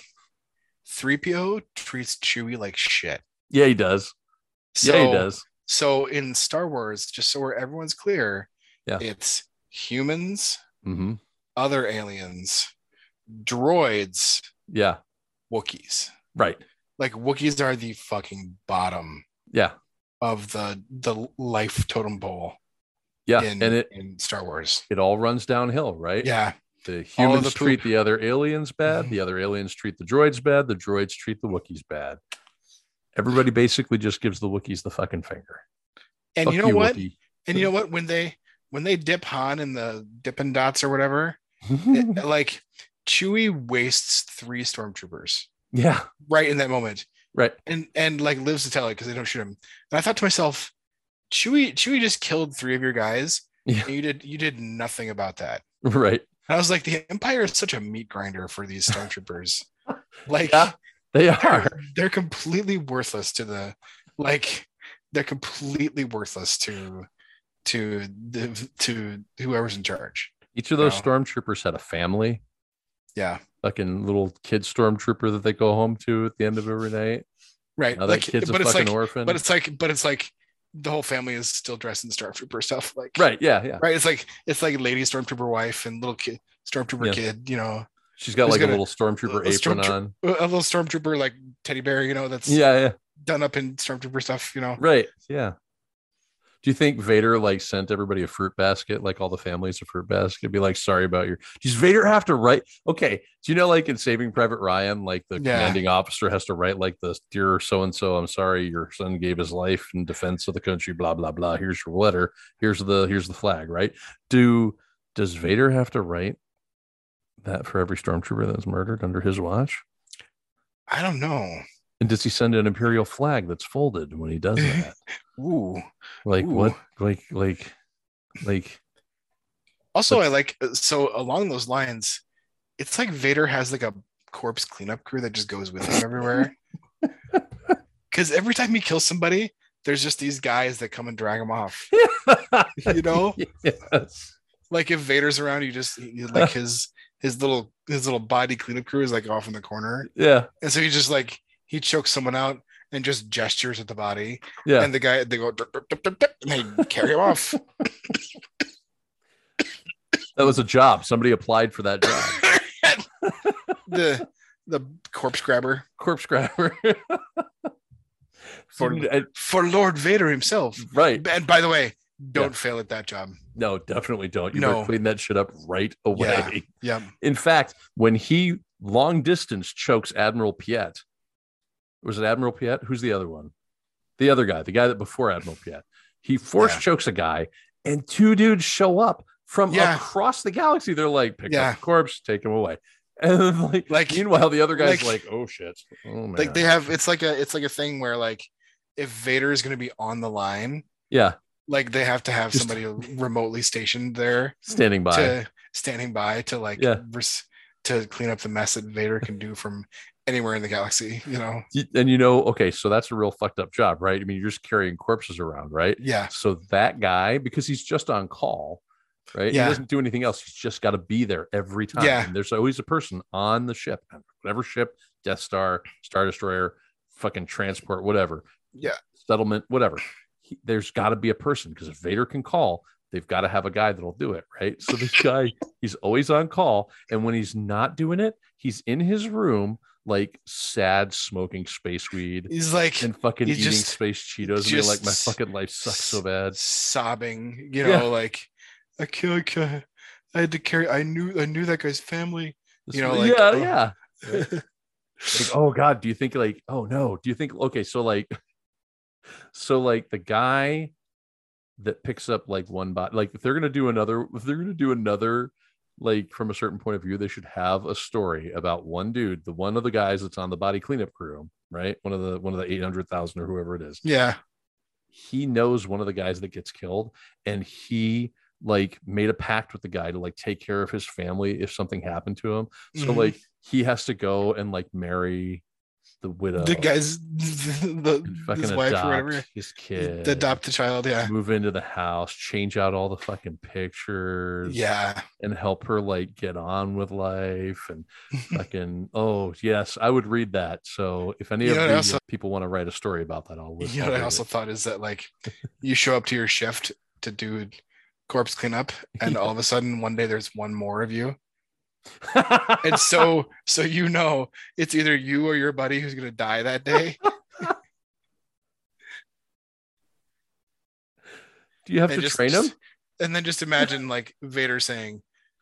[SPEAKER 2] 3PO treats Chewie like shit.
[SPEAKER 1] Yeah, he does.
[SPEAKER 2] So,
[SPEAKER 1] yeah, he does.
[SPEAKER 2] So in Star Wars, just so where everyone's clear,
[SPEAKER 1] Yeah.
[SPEAKER 2] it's humans,
[SPEAKER 1] hmm
[SPEAKER 2] other aliens, droids,
[SPEAKER 1] Yeah,
[SPEAKER 2] Wookiees.
[SPEAKER 1] right.
[SPEAKER 2] Like Wookiees are the fucking bottom
[SPEAKER 1] Yeah,
[SPEAKER 2] of the the life totem pole
[SPEAKER 1] yeah.
[SPEAKER 2] in,
[SPEAKER 1] and it
[SPEAKER 2] in Star Wars.
[SPEAKER 1] it all runs downhill, right?
[SPEAKER 2] Yeah.
[SPEAKER 1] The
[SPEAKER 2] All of
[SPEAKER 1] humans
[SPEAKER 2] the
[SPEAKER 1] treat
[SPEAKER 2] poop.
[SPEAKER 1] the other aliens bad.
[SPEAKER 2] Mhm.
[SPEAKER 1] The other aliens treat the droids bad. The droids treat the Wookiees bad. Everybody basically just gives the Wookiees the fucking finger.
[SPEAKER 2] And
[SPEAKER 1] Fuck
[SPEAKER 2] you know what?
[SPEAKER 1] Wookiee.
[SPEAKER 2] And you know what? When they when they dip Han in the dippin' dots or whatever, it- like Chewie wastes three stormtroopers
[SPEAKER 1] yeah,
[SPEAKER 2] right in that moment.
[SPEAKER 1] right.
[SPEAKER 2] and and like lives to tell it because they don't shoot him. And I thought to myself, Chewie, Chewie just killed three of your guys,
[SPEAKER 1] Yeah.
[SPEAKER 2] and you did you did nothing about that.
[SPEAKER 1] Right.
[SPEAKER 2] And I was like, the Empire is such a meat grinder for these stormtroopers. like
[SPEAKER 1] Yeah, They are.
[SPEAKER 2] they're, they're completely worthless to the like they're completely worthless to to the to whoever's in charge.
[SPEAKER 1] Each of those
[SPEAKER 2] Yeah.
[SPEAKER 1] stormtroopers had a family.
[SPEAKER 2] Yeah.
[SPEAKER 1] Fucking little kid stormtrooper that they go home to at the end of every night.
[SPEAKER 2] Right.
[SPEAKER 1] Now
[SPEAKER 2] Like,
[SPEAKER 1] that kid's a
[SPEAKER 2] but it's
[SPEAKER 1] fucking
[SPEAKER 2] like
[SPEAKER 1] orphan.
[SPEAKER 2] but it's like but it's like the whole family is still dressed in stormtrooper stuff. Like
[SPEAKER 1] right. Yeah. Yeah.
[SPEAKER 2] right? It's like it's like lady stormtrooper wife and little kid stormtrooper
[SPEAKER 1] Yeah.
[SPEAKER 2] kid, you know,
[SPEAKER 1] She's got
[SPEAKER 2] Who's
[SPEAKER 1] like a
[SPEAKER 2] gonna-
[SPEAKER 1] little stormtrooper
[SPEAKER 2] a
[SPEAKER 1] apron
[SPEAKER 2] stormtroo-
[SPEAKER 1] on.
[SPEAKER 2] a little stormtrooper like teddy bear, you know, that's
[SPEAKER 1] Yeah. Yeah.
[SPEAKER 2] done up in stormtrooper stuff, you know.
[SPEAKER 1] Right. Yeah. Do you think Vader like sent everybody a fruit basket, like all the families a fruit basket? Be like, sorry about your. Does Vader have to write? Okay. Do you know, like in Saving Private Ryan, like the
[SPEAKER 2] Yeah.
[SPEAKER 1] commanding officer has to write, like the dear so and so, I'm sorry, your son gave his life in defense of the country, blah blah blah. Here's your letter. Here's the here's the flag. Right? Do does Vader have to write that for every stormtrooper that's murdered under his watch?
[SPEAKER 2] I don't know.
[SPEAKER 1] And does he send an imperial flag that's folded when he does that?
[SPEAKER 2] Ooh.
[SPEAKER 1] like
[SPEAKER 2] Ooh.
[SPEAKER 1] what like like like
[SPEAKER 2] Also,
[SPEAKER 1] But-
[SPEAKER 2] I like uh, so along those lines, it's like Vader has like a corpse cleanup crew that just goes with him everywhere. Cause every time he kills somebody, there's just these guys that come and drag him off. You know?
[SPEAKER 1] yes
[SPEAKER 2] like if Vader's around, you just you, like his his little his little body cleanup crew is like off in the corner,
[SPEAKER 1] yeah
[SPEAKER 2] and so he just like he chokes someone out and just gestures at the body,
[SPEAKER 1] yeah
[SPEAKER 2] and the guy they go "Dup, dup, dup, dup, dup," and they carry him off.
[SPEAKER 1] that was a job somebody applied for that job
[SPEAKER 2] the the corpse grabber
[SPEAKER 1] corpse grabber
[SPEAKER 2] For-
[SPEAKER 1] Dude, I-
[SPEAKER 2] for Lord Vader himself.
[SPEAKER 1] right
[SPEAKER 2] And by the way, don't fail at that job.
[SPEAKER 1] no definitely don't you
[SPEAKER 2] No.
[SPEAKER 1] better clean that shit up right away
[SPEAKER 2] Yeah. Yeah,
[SPEAKER 1] in fact when he long distance chokes admiral piet was it admiral piet who's the other one the other guy the guy that before admiral piet he force
[SPEAKER 2] Yeah.
[SPEAKER 1] chokes a guy and two dudes show up from
[SPEAKER 2] Yeah.
[SPEAKER 1] across the galaxy they're like pick
[SPEAKER 2] Yeah.
[SPEAKER 1] up the corpse take him away and then, like
[SPEAKER 2] Like-
[SPEAKER 1] meanwhile the other guy's like,
[SPEAKER 2] like-
[SPEAKER 1] oh shit oh man
[SPEAKER 2] like they have it's like a it's like a thing where like if Vader is going to be on the line,
[SPEAKER 1] yeah
[SPEAKER 2] like they have to have
[SPEAKER 1] Just-
[SPEAKER 2] somebody remotely stationed there.
[SPEAKER 1] standing by
[SPEAKER 2] to standing by to like
[SPEAKER 1] Yeah.
[SPEAKER 2] res- to clean up the mess that Vader can do from anywhere in the galaxy. You know,
[SPEAKER 1] Y- and you know okay so that's a real fucked up job right i mean you're just carrying corpses around right
[SPEAKER 2] yeah,
[SPEAKER 1] So that guy, because he's just on call, right?
[SPEAKER 2] Yeah.
[SPEAKER 1] He doesn't do anything else. He's just got to be there every time.
[SPEAKER 2] Yeah.
[SPEAKER 1] And there's always a person on the ship, whatever ship, Death Star, Star Destroyer, fucking transport, whatever.
[SPEAKER 2] Yeah.
[SPEAKER 1] Settlement, whatever. He, there's got to be a person because if Vader can call, they've got to have a guy that'll do it, right? So this guy, he's always on call. And when he's not doing it, he's in his room, like sad, smoking space weed.
[SPEAKER 2] he's like
[SPEAKER 1] And fucking
[SPEAKER 2] he's
[SPEAKER 1] eating
[SPEAKER 2] just-
[SPEAKER 1] space Cheetos and being like, my
[SPEAKER 2] just
[SPEAKER 1] fucking life sucks so bad.
[SPEAKER 2] sobbing. You know,
[SPEAKER 1] Yeah.
[SPEAKER 2] like I kill, I, ca- I had to carry. I knew, I knew that guy's family.
[SPEAKER 1] This
[SPEAKER 2] You know,
[SPEAKER 1] re-
[SPEAKER 2] like,
[SPEAKER 1] yeah,
[SPEAKER 2] oh.
[SPEAKER 1] yeah. Like, oh God, do you think like, oh no, do you think okay, so like, so like the guy that picks up like one bot, like if they're gonna do another, if they're gonna do another, like from a certain point of view, they should have a story about one dude, the one of the guys that's on the body cleanup crew, right? One of the one of the eight hundred thousand or whoever it is.
[SPEAKER 2] yeah,
[SPEAKER 1] He knows one of the guys that gets killed, and he like made a pact with the guy to like take care of his family if something happened to him. So
[SPEAKER 2] Mhm.
[SPEAKER 1] like he has to go and like marry the widow.
[SPEAKER 2] the guy's the
[SPEAKER 1] and fucking
[SPEAKER 2] his wife
[SPEAKER 1] adopt
[SPEAKER 2] or whatever
[SPEAKER 1] his kid.
[SPEAKER 2] to adopt the child. Yeah,
[SPEAKER 1] move into the house, change out all the fucking pictures,
[SPEAKER 2] yeah.
[SPEAKER 1] and help her like get on with life and fucking oh yes, I would read that. So if any
[SPEAKER 2] You
[SPEAKER 1] of
[SPEAKER 2] know what
[SPEAKER 1] the
[SPEAKER 2] else-
[SPEAKER 1] uh, people want to write a story about that, I'll listen.
[SPEAKER 2] You know what I also thought is that like you show up to your shift to do corpse cleanup, and all of a sudden one day there's one more of you. And so so you know it's either you or your buddy who's gonna die that day.
[SPEAKER 1] Do you have
[SPEAKER 2] and
[SPEAKER 1] to
[SPEAKER 2] just-
[SPEAKER 1] train him?
[SPEAKER 2] And then just imagine like Vader saying,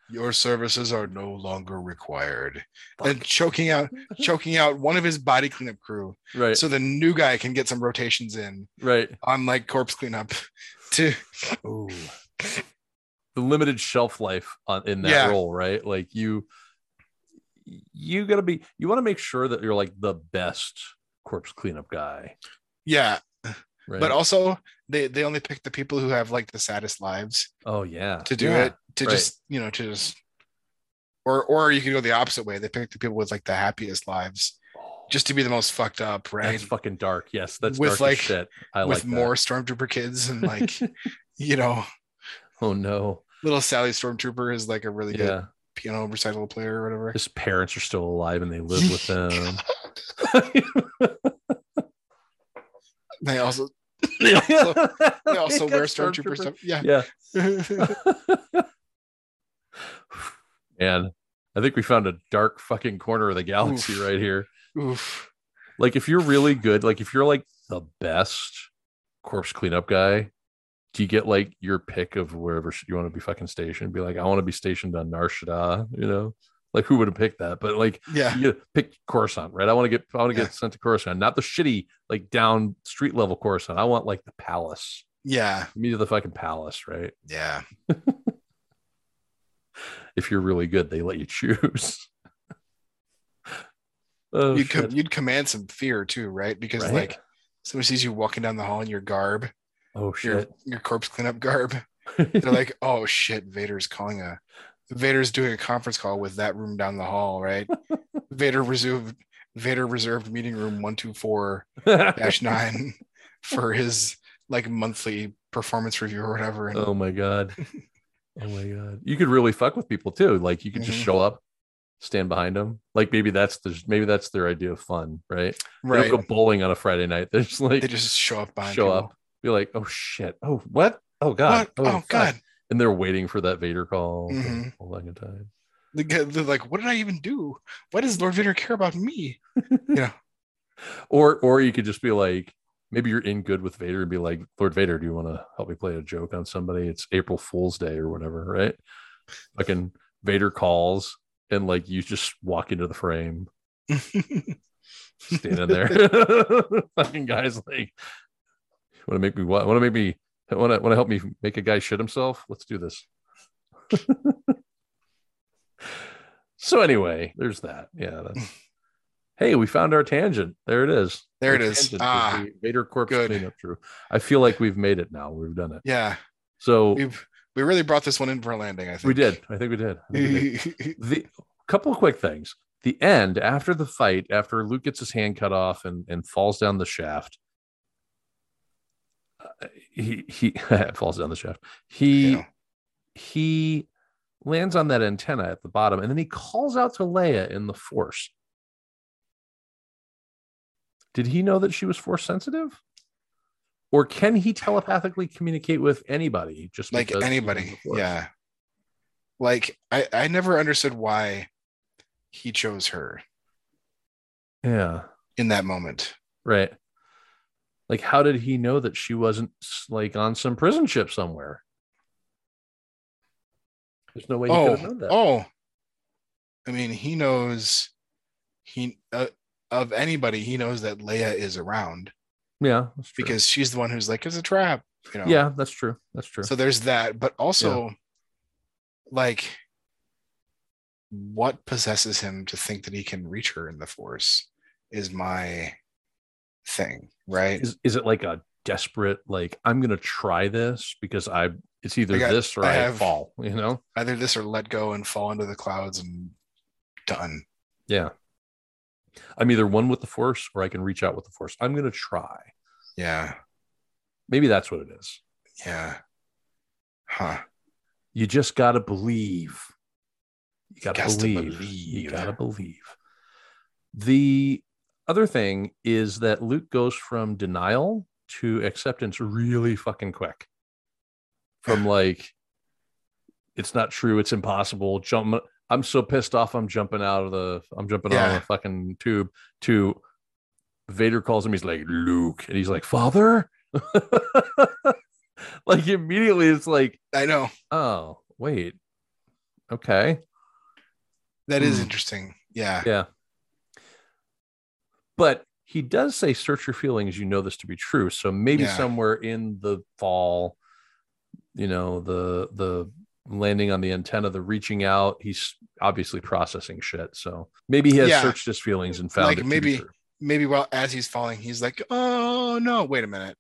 [SPEAKER 2] Your services are no longer required. And choking out choking out one of his body cleanup crew
[SPEAKER 1] Right,
[SPEAKER 2] so the new guy can get some rotations in
[SPEAKER 1] right.
[SPEAKER 2] on like corpse cleanup to
[SPEAKER 1] Ooh. The limited shelf life on in that
[SPEAKER 2] Yeah.
[SPEAKER 1] role, right? Like you you gotta be you want to make sure that you're like the best corpse cleanup guy.
[SPEAKER 2] yeah.
[SPEAKER 1] Right.
[SPEAKER 2] But also they they only pick the people who have like the saddest lives.
[SPEAKER 1] oh yeah.
[SPEAKER 2] to do
[SPEAKER 1] Yeah.
[SPEAKER 2] it to
[SPEAKER 1] right.
[SPEAKER 2] just you know to just or or you could go the opposite way they pick the people with like the happiest lives
[SPEAKER 1] Oh,
[SPEAKER 2] just to be the most fucked up right
[SPEAKER 1] That's fucking dark. Yes, that's
[SPEAKER 2] With,
[SPEAKER 1] dark
[SPEAKER 2] like-
[SPEAKER 1] as shit. I
[SPEAKER 2] with
[SPEAKER 1] like that.
[SPEAKER 2] more stormtrooper kids and like you know
[SPEAKER 1] oh no.
[SPEAKER 2] little sally stormtrooper is like a really good
[SPEAKER 1] Yeah.
[SPEAKER 2] piano recital player or whatever
[SPEAKER 1] His parents are still alive and they live with them.
[SPEAKER 2] they also
[SPEAKER 1] they
[SPEAKER 2] also- they also
[SPEAKER 1] got
[SPEAKER 2] wear stormtrooper stuff yeah
[SPEAKER 1] Yeah. Man, I think we found a dark fucking corner of the galaxy
[SPEAKER 2] Oof.
[SPEAKER 1] right here.
[SPEAKER 2] Oof.
[SPEAKER 1] Like, if you're really good, like, if you're like the best corpse cleanup guy, do you get like your pick of wherever sh- you want to be fucking stationed? Be like, I want to be stationed on Nar Shaddaa, you know? Like, who would have picked that? But like,
[SPEAKER 2] yeah
[SPEAKER 1] you get pick Coruscant, right? I want to get, I want to
[SPEAKER 2] Yeah.
[SPEAKER 1] get sent to Coruscant, not the shitty, like, down street level Coruscant. I want like the palace,
[SPEAKER 2] yeah
[SPEAKER 1] me to the fucking palace, right?
[SPEAKER 2] yeah
[SPEAKER 1] if you're really good, they let you choose. oh,
[SPEAKER 2] you'd,
[SPEAKER 1] shit.
[SPEAKER 2] com- you'd command some fear too right because
[SPEAKER 1] Right?
[SPEAKER 2] like somebody sees you walking down the hall in your garb
[SPEAKER 1] oh
[SPEAKER 2] your,
[SPEAKER 1] shit.
[SPEAKER 2] your corpse cleanup garb they're like, oh shit, Vader's calling a Vader's doing a conference call with that room down the hall, right? Vader reserved Vader reserved meeting room 124 9 for his like monthly performance review or whatever. And
[SPEAKER 1] oh my god. Oh my god. You could really fuck with people too. Like you could just
[SPEAKER 2] Mhm.
[SPEAKER 1] show up, stand behind them. Like maybe that's the maybe that's their idea of fun, right? They
[SPEAKER 2] right.
[SPEAKER 1] don't go bowling on a Friday night. They're just like
[SPEAKER 2] They just show up behind
[SPEAKER 1] show
[SPEAKER 2] people.
[SPEAKER 1] up, be like, oh shit. Oh what? Oh god.
[SPEAKER 2] What? Oh,
[SPEAKER 1] fuck."
[SPEAKER 2] god.
[SPEAKER 1] And they're waiting for that Vader call
[SPEAKER 2] Mhm.
[SPEAKER 1] all that good time.
[SPEAKER 2] The guy- They're like, what did I even do? Why does Lord Vader care about me? You know,
[SPEAKER 1] or or you could just be like maybe you're in good with vader and be like lord vader do you want to help me play a joke on somebody it's april fool's day or whatever right fucking vader calls and like you just walk into the frame stand in there fucking guys like want to make me what want to make me want to want to help me make a guy shit himself let's do this so anyway there's that yeah that's hey we found our tangent there it is
[SPEAKER 2] there it
[SPEAKER 1] Our
[SPEAKER 2] is.
[SPEAKER 1] tangent
[SPEAKER 2] Ah,
[SPEAKER 1] the vader corpse
[SPEAKER 2] good.
[SPEAKER 1] cleanup crew i feel like we've made it now we've done it
[SPEAKER 2] yeah.
[SPEAKER 1] so we,
[SPEAKER 2] We've we really brought this one in for a landing, I think.
[SPEAKER 1] did i think we did, I think we did. the couple of quick things the end after the fight after luke gets his hand cut off and and falls down the shaft uh, he he falls down the shaft he
[SPEAKER 2] Yeah.
[SPEAKER 1] he lands on that antenna at the bottom and then he calls out to leia in the force did he know that she was force sensitive or can he telepathically communicate with anybody just
[SPEAKER 2] like
[SPEAKER 1] because he was in
[SPEAKER 2] anybody
[SPEAKER 1] the Force?
[SPEAKER 2] yeah like i i never understood why he chose her
[SPEAKER 1] yeah
[SPEAKER 2] in that moment
[SPEAKER 1] Right. Like, how did he know that she wasn't s- like on some prison ship somewhere? There's no way he could have
[SPEAKER 2] oh
[SPEAKER 1] known that.
[SPEAKER 2] oh i mean he knows he uh, of anybody he knows that leia is around
[SPEAKER 1] yeah, that's true.
[SPEAKER 2] because she's the one who's like it's a trap you know
[SPEAKER 1] yeah, that's true. That's true.
[SPEAKER 2] so there's that but also like what possesses him to think that he can reach her in the force is my thing right
[SPEAKER 1] is is it like a desperate like I'm gonna try this because I It's either
[SPEAKER 2] I got-
[SPEAKER 1] this or
[SPEAKER 2] I
[SPEAKER 1] I,
[SPEAKER 2] have-
[SPEAKER 1] fall. You know.
[SPEAKER 2] Either this or let go and fall into the clouds and done.
[SPEAKER 1] Yeah. I'm either one with the force or I can reach out with the force. I'm going to try.
[SPEAKER 2] Yeah.
[SPEAKER 1] Maybe that's what it is.
[SPEAKER 2] Yeah. Huh.
[SPEAKER 1] You just got to believe. You got to
[SPEAKER 2] Gots to
[SPEAKER 1] believe. You
[SPEAKER 2] believe.
[SPEAKER 1] got to believe. The other thing is that Luke goes from denial to acceptance really fucking quick. From like, it's not true, it's impossible. Jump! I'm so pissed off. I'm jumping out of the. I'm jumping out
[SPEAKER 2] Yeah.
[SPEAKER 1] of the fucking tube. To Vader calls him. He's like Luke, and he's like Father. like immediately, it's like,
[SPEAKER 2] I know.
[SPEAKER 1] oh wait, okay.
[SPEAKER 2] That is
[SPEAKER 1] Hmm.
[SPEAKER 2] interesting. Yeah.
[SPEAKER 1] Yeah. But he does say search your feelings, you know this to be true. So maybe
[SPEAKER 2] Yeah.
[SPEAKER 1] somewhere in the fall, you know, the the landing on the antenna, the reaching out, he's obviously processing shit. So maybe he has
[SPEAKER 2] Yeah.
[SPEAKER 1] searched his feelings and found
[SPEAKER 2] Like,
[SPEAKER 1] it to be
[SPEAKER 2] maybe-
[SPEAKER 1] true.
[SPEAKER 2] Maybe while as he's falling, he's like, "Oh no, wait a minute.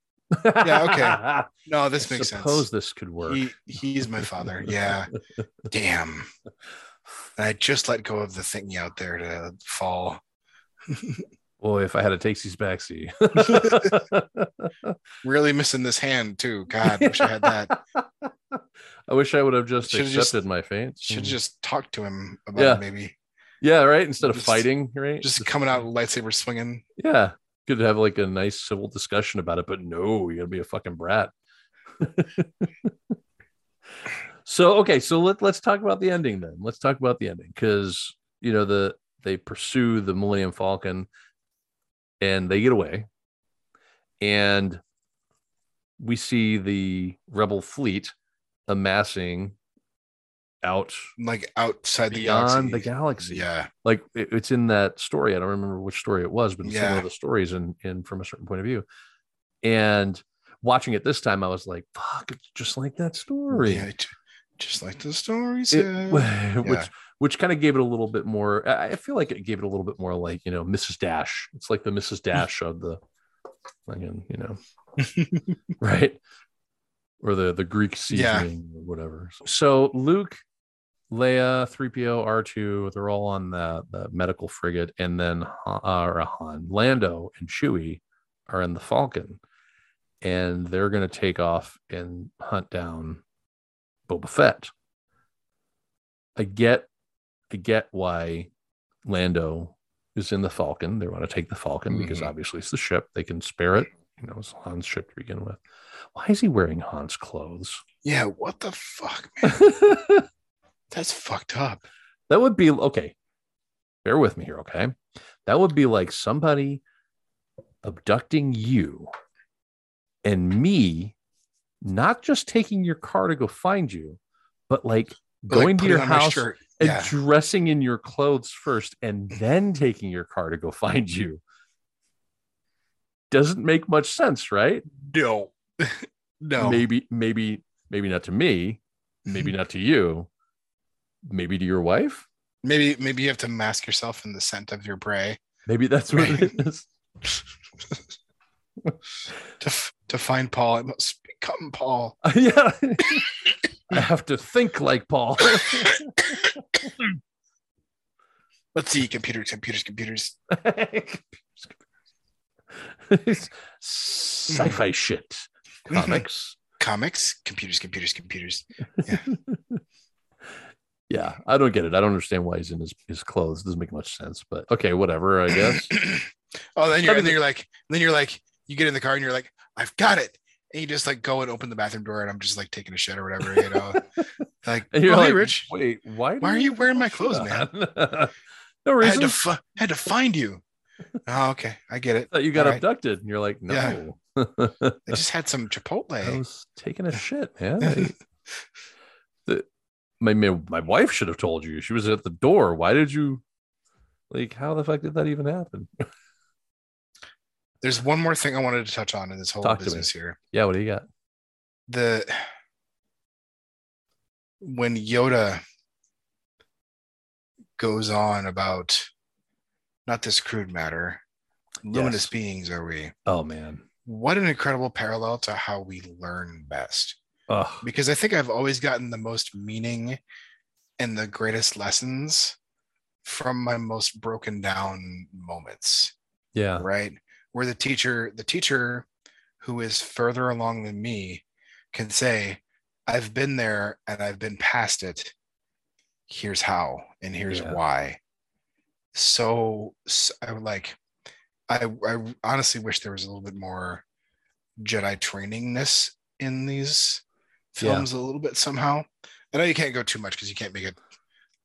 [SPEAKER 2] yeah, No, this
[SPEAKER 1] I
[SPEAKER 2] makes
[SPEAKER 1] suppose
[SPEAKER 2] sense.
[SPEAKER 1] this could work.
[SPEAKER 2] He he's my father. Yeah. Damn. And I just let go of the thingy out there to fall.
[SPEAKER 1] Boy, if I had a takesies backseat.
[SPEAKER 2] Really missing this hand too. God, wish I had that.
[SPEAKER 1] I wish I would have just
[SPEAKER 2] Should've just-
[SPEAKER 1] accepted my fate.
[SPEAKER 2] Should
[SPEAKER 1] Mm.
[SPEAKER 2] just talk to him about
[SPEAKER 1] Yeah.
[SPEAKER 2] it maybe.
[SPEAKER 1] Yeah, right. Instead of
[SPEAKER 2] Just-
[SPEAKER 1] fighting, right?
[SPEAKER 2] Just coming out lightsaber swinging.
[SPEAKER 1] Yeah. Could have like a nice civil discussion about it, but no, you're gonna be a fucking brat. so okay, so let, let's talk about the ending then. Let's talk about the ending because you know the they pursue the Millennium Falcon and they get away. And we see the rebel fleet amassing out
[SPEAKER 2] Like outside the
[SPEAKER 1] beyond
[SPEAKER 2] galaxy.
[SPEAKER 1] the galaxy
[SPEAKER 2] Yeah.
[SPEAKER 1] like it- it's in that story. I don't remember which story it was, but it's in one
[SPEAKER 2] Yeah.
[SPEAKER 1] of the stories and and from a certain point of view. And watching it this time, I was like, fuck, it's just like that story.
[SPEAKER 2] Yeah, j- just like the story
[SPEAKER 1] It-
[SPEAKER 2] said.
[SPEAKER 1] which which kind of gave it a little bit more. I I feel like it gave it a little bit more like, you know, Mrs. Dash. It's like the Mrs. Dash of the fucking, you know, right? Or the the Greek seasoning or whatever. So Luke, Leia, three PO, R two, they're all on the, the medical frigate, and then Han, uh, or Han, Lando, and Chewie are in the Falcon, and they're gonna take off and hunt down Boba Fett. I get, I get why Lando is in the Falcon. They want to take the Falcon because
[SPEAKER 2] Mhm.
[SPEAKER 1] obviously it's the ship. They can spare it. You know, it's Han's ship to begin with. Why is he wearing Han's clothes?
[SPEAKER 2] yeah, what the fuck, man?
[SPEAKER 1] that
[SPEAKER 2] That's fucked up.
[SPEAKER 1] would be okay. Bear with me here, okay? That would be like somebody abducting you and me not just taking your car to go find you, but like
[SPEAKER 2] But, like,
[SPEAKER 1] going to
[SPEAKER 2] putting
[SPEAKER 1] your
[SPEAKER 2] on my
[SPEAKER 1] house
[SPEAKER 2] shirt.
[SPEAKER 1] and
[SPEAKER 2] Yeah.
[SPEAKER 1] dressing in your clothes first and then taking your car to go find you. Doesn't make much sense, right?
[SPEAKER 2] No. no.
[SPEAKER 1] maybe maybe maybe not to me maybe not to you maybe to your wife
[SPEAKER 2] Maybe maybe you have to mask yourself in the scent of your prey
[SPEAKER 1] maybe that's what it is
[SPEAKER 2] to f- to find Paul. It must become Paul.
[SPEAKER 1] yeah i have to think like paul
[SPEAKER 2] Let's see, computers, computers, computers.
[SPEAKER 1] sci-fi shit comics
[SPEAKER 2] Comics, computers, computers, computers.
[SPEAKER 1] yeah i don't get it i don't understand why he's in his, his clothes doesn't make much sense but okay whatever i guess
[SPEAKER 2] oh, then you're
[SPEAKER 1] Gotta
[SPEAKER 2] and
[SPEAKER 1] be-
[SPEAKER 2] then you're like then you're like you get in the car and you're like I've got it, and you just like go and open the bathroom door and I'm just like taking a shit or whatever, you know. like, oh,
[SPEAKER 1] And you're
[SPEAKER 2] hey,
[SPEAKER 1] like,
[SPEAKER 2] Rich,
[SPEAKER 1] wait why do
[SPEAKER 2] why are you wearing my clothes,
[SPEAKER 1] have
[SPEAKER 2] man?
[SPEAKER 1] that?" no
[SPEAKER 2] I
[SPEAKER 1] reason
[SPEAKER 2] had to fi- had to find you. Oh, okay, I get it.
[SPEAKER 1] that you got
[SPEAKER 2] All right.
[SPEAKER 1] abducted and you're like no
[SPEAKER 2] Yeah. I just had some
[SPEAKER 1] I
[SPEAKER 2] Chipotle.
[SPEAKER 1] was taking a shit, man. I- the, my ma- my wife should have told you. She was at the door. Why did you? Like, how the fuck did that even happen?
[SPEAKER 2] There's one more thing I wanted to touch on in this whole
[SPEAKER 1] Talk to me.
[SPEAKER 2] business here.
[SPEAKER 1] Yeah, what do you got?
[SPEAKER 2] the when Yoda goes on about not this crude matter, luminous
[SPEAKER 1] Yes.
[SPEAKER 2] beings are we?
[SPEAKER 1] Oh man,
[SPEAKER 2] What an incredible parallel to how we learn best.
[SPEAKER 1] Ugh.
[SPEAKER 2] because I think I've always gotten the most meaning and the greatest lessons from my most broken down moments,
[SPEAKER 1] Yeah.
[SPEAKER 2] right? Where the teacher, the teacher who is further along than me can say, I've been there and I've been past it. Here's how and here's
[SPEAKER 1] Yeah.
[SPEAKER 2] why. So, so I would like I I honestly wish there was a little bit more Jedi trainingness in these films a little bit somehow. I know you can't go too much because you can't make a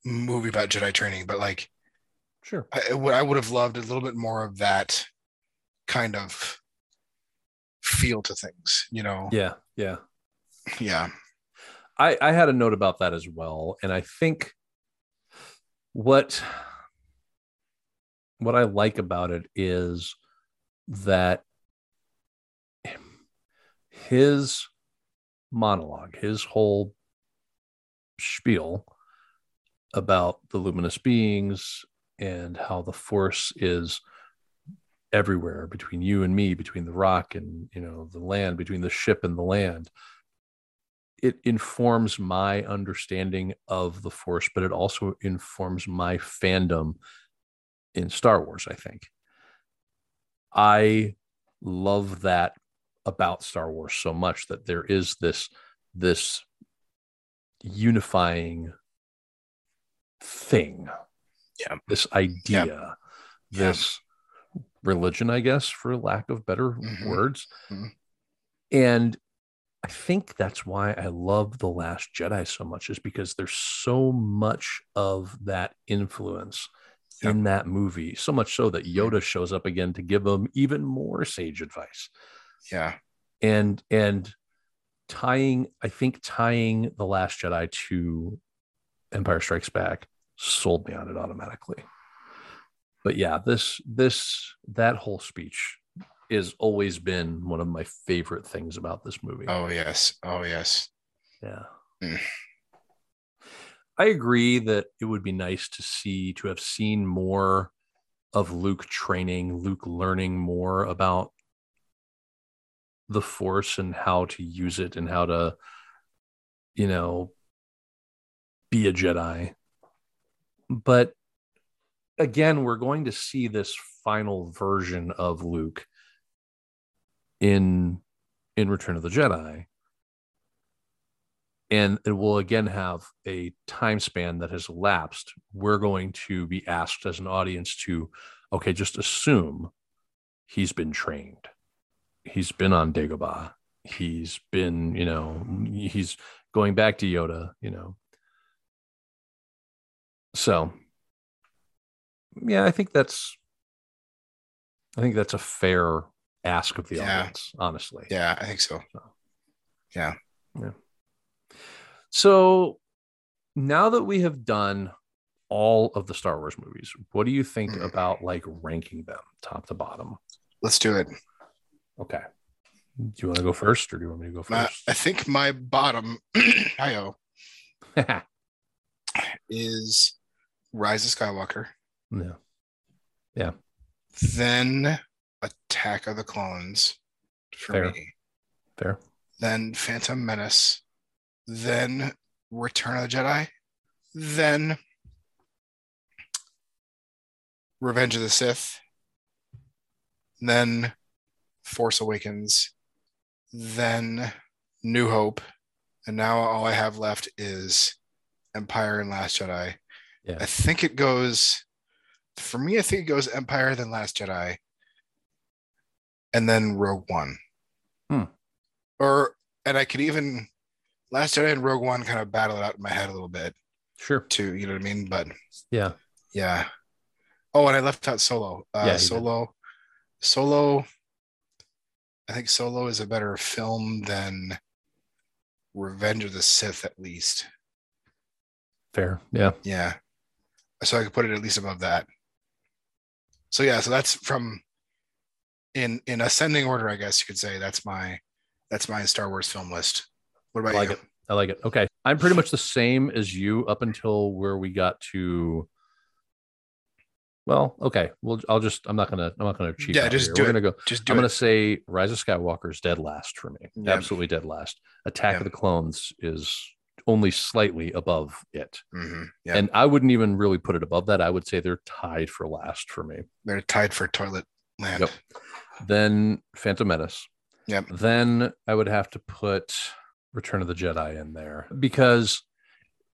[SPEAKER 2] movie about Jedi training, but like
[SPEAKER 1] Sure.
[SPEAKER 2] I, what I would have loved a little bit more of that kind of feel to things, you know?
[SPEAKER 1] Yeah. Yeah.
[SPEAKER 2] Yeah.
[SPEAKER 1] I, I had a note about that as well. And I think what what I like about it is that his monologue, his whole spiel about the luminous beings and how the force is everywhere between you and me, between the rock and you know the land, between the ship and the land it informs my understanding of the force but it also informs my fandom in star wars i think i love that about star wars so much that there is this this unifying thing
[SPEAKER 2] Yeah.
[SPEAKER 1] this idea this religion i guess for lack of better
[SPEAKER 2] Mhm.
[SPEAKER 1] words
[SPEAKER 2] Mhm.
[SPEAKER 1] and I think that's why I love The Last Jedi so much, is because there's so much of that influence
[SPEAKER 2] Yep.
[SPEAKER 1] in that movie. So much so that Yoda shows up again to give them even more sage advice.
[SPEAKER 2] Yeah.
[SPEAKER 1] And and tying, I think tying The Last Jedi to Empire Strikes Back sold me on it automatically. But yeah, this this that whole speech has always been one of my favorite things about this movie.
[SPEAKER 2] Oh yes. Oh yes.
[SPEAKER 1] Yeah.
[SPEAKER 2] Mm.
[SPEAKER 1] I agree that it would be nice to see to have seen more of Luke training, Luke learning more about the force and how to use it and how to you know be a Jedi. But again, we're going to see this final version of Luke in in Return of the Jedi and it will again have a time span that has elapsed. We're going to be asked as an audience to, okay, just assume he's been trained. He's been on Dagobah. He's been, you know, he's going back to Yoda, you know. So, yeah, I think that's, I think that's a fair ask of the
[SPEAKER 2] Yeah.
[SPEAKER 1] audience, honestly.
[SPEAKER 2] Yeah, I think so.
[SPEAKER 1] So now that we have done all of the Star Wars movies, what do you think
[SPEAKER 2] Mhm.
[SPEAKER 1] about like ranking them top to bottom?
[SPEAKER 2] Let's do it.
[SPEAKER 1] Okay. Do you want to go first or do you want me to go
[SPEAKER 2] My,
[SPEAKER 1] first?
[SPEAKER 2] I think my bottom IO is Rise of Skywalker,
[SPEAKER 1] no.
[SPEAKER 2] then Attack of the Clones for
[SPEAKER 1] Fair.
[SPEAKER 2] me,
[SPEAKER 1] Fair.
[SPEAKER 2] then Phantom Menace, then Return of the Jedi, then Revenge of the Sith, then Force Awakens, then New Hope, and now all I have left is Empire and Last Jedi.
[SPEAKER 1] Yeah.
[SPEAKER 2] I think it goes for me, I think it goes Empire, then Last Jedi, and then Rogue One.
[SPEAKER 1] Hmm.
[SPEAKER 2] Or and I could even Last Jedi and Rogue One kind of battle it out in my head a little bit
[SPEAKER 1] Sure.
[SPEAKER 2] too, you know what I mean? But
[SPEAKER 1] Yeah.
[SPEAKER 2] yeah. Oh, and I left out Solo. Uh,
[SPEAKER 1] Yeah, you did.
[SPEAKER 2] Solo. Solo. I think Solo is a better film than Revenge of the Sith, at least.
[SPEAKER 1] Fair. Yeah.
[SPEAKER 2] Yeah. So I could put it at least above that. So yeah, so that's from in in ascending order, I guess you could say that's my that's my Star Wars film list. What about
[SPEAKER 1] I like
[SPEAKER 2] you?
[SPEAKER 1] it. I like it. Okay. I'm pretty much the same as you up until where we got to Well, okay. Well, I'll just. I'm not gonna. I'm not gonna cheat.
[SPEAKER 2] Yeah,
[SPEAKER 1] out
[SPEAKER 2] just
[SPEAKER 1] here.
[SPEAKER 2] do
[SPEAKER 1] We're
[SPEAKER 2] it.
[SPEAKER 1] gonna go.
[SPEAKER 2] Just do
[SPEAKER 1] I'm
[SPEAKER 2] it.
[SPEAKER 1] gonna say Rise of Skywalker is dead last for me.
[SPEAKER 2] Yeah.
[SPEAKER 1] Absolutely dead last. Attack
[SPEAKER 2] Yeah.
[SPEAKER 1] of the Clones is only slightly above it,
[SPEAKER 2] Mhm. Yeah,
[SPEAKER 1] and I wouldn't even really put it above that. I would say they're tied for last for me.
[SPEAKER 2] they're tied for toilet land.
[SPEAKER 1] Yep. Then Phantom Menace.
[SPEAKER 2] Yep.
[SPEAKER 1] Then I would have to put Return of the Jedi in there because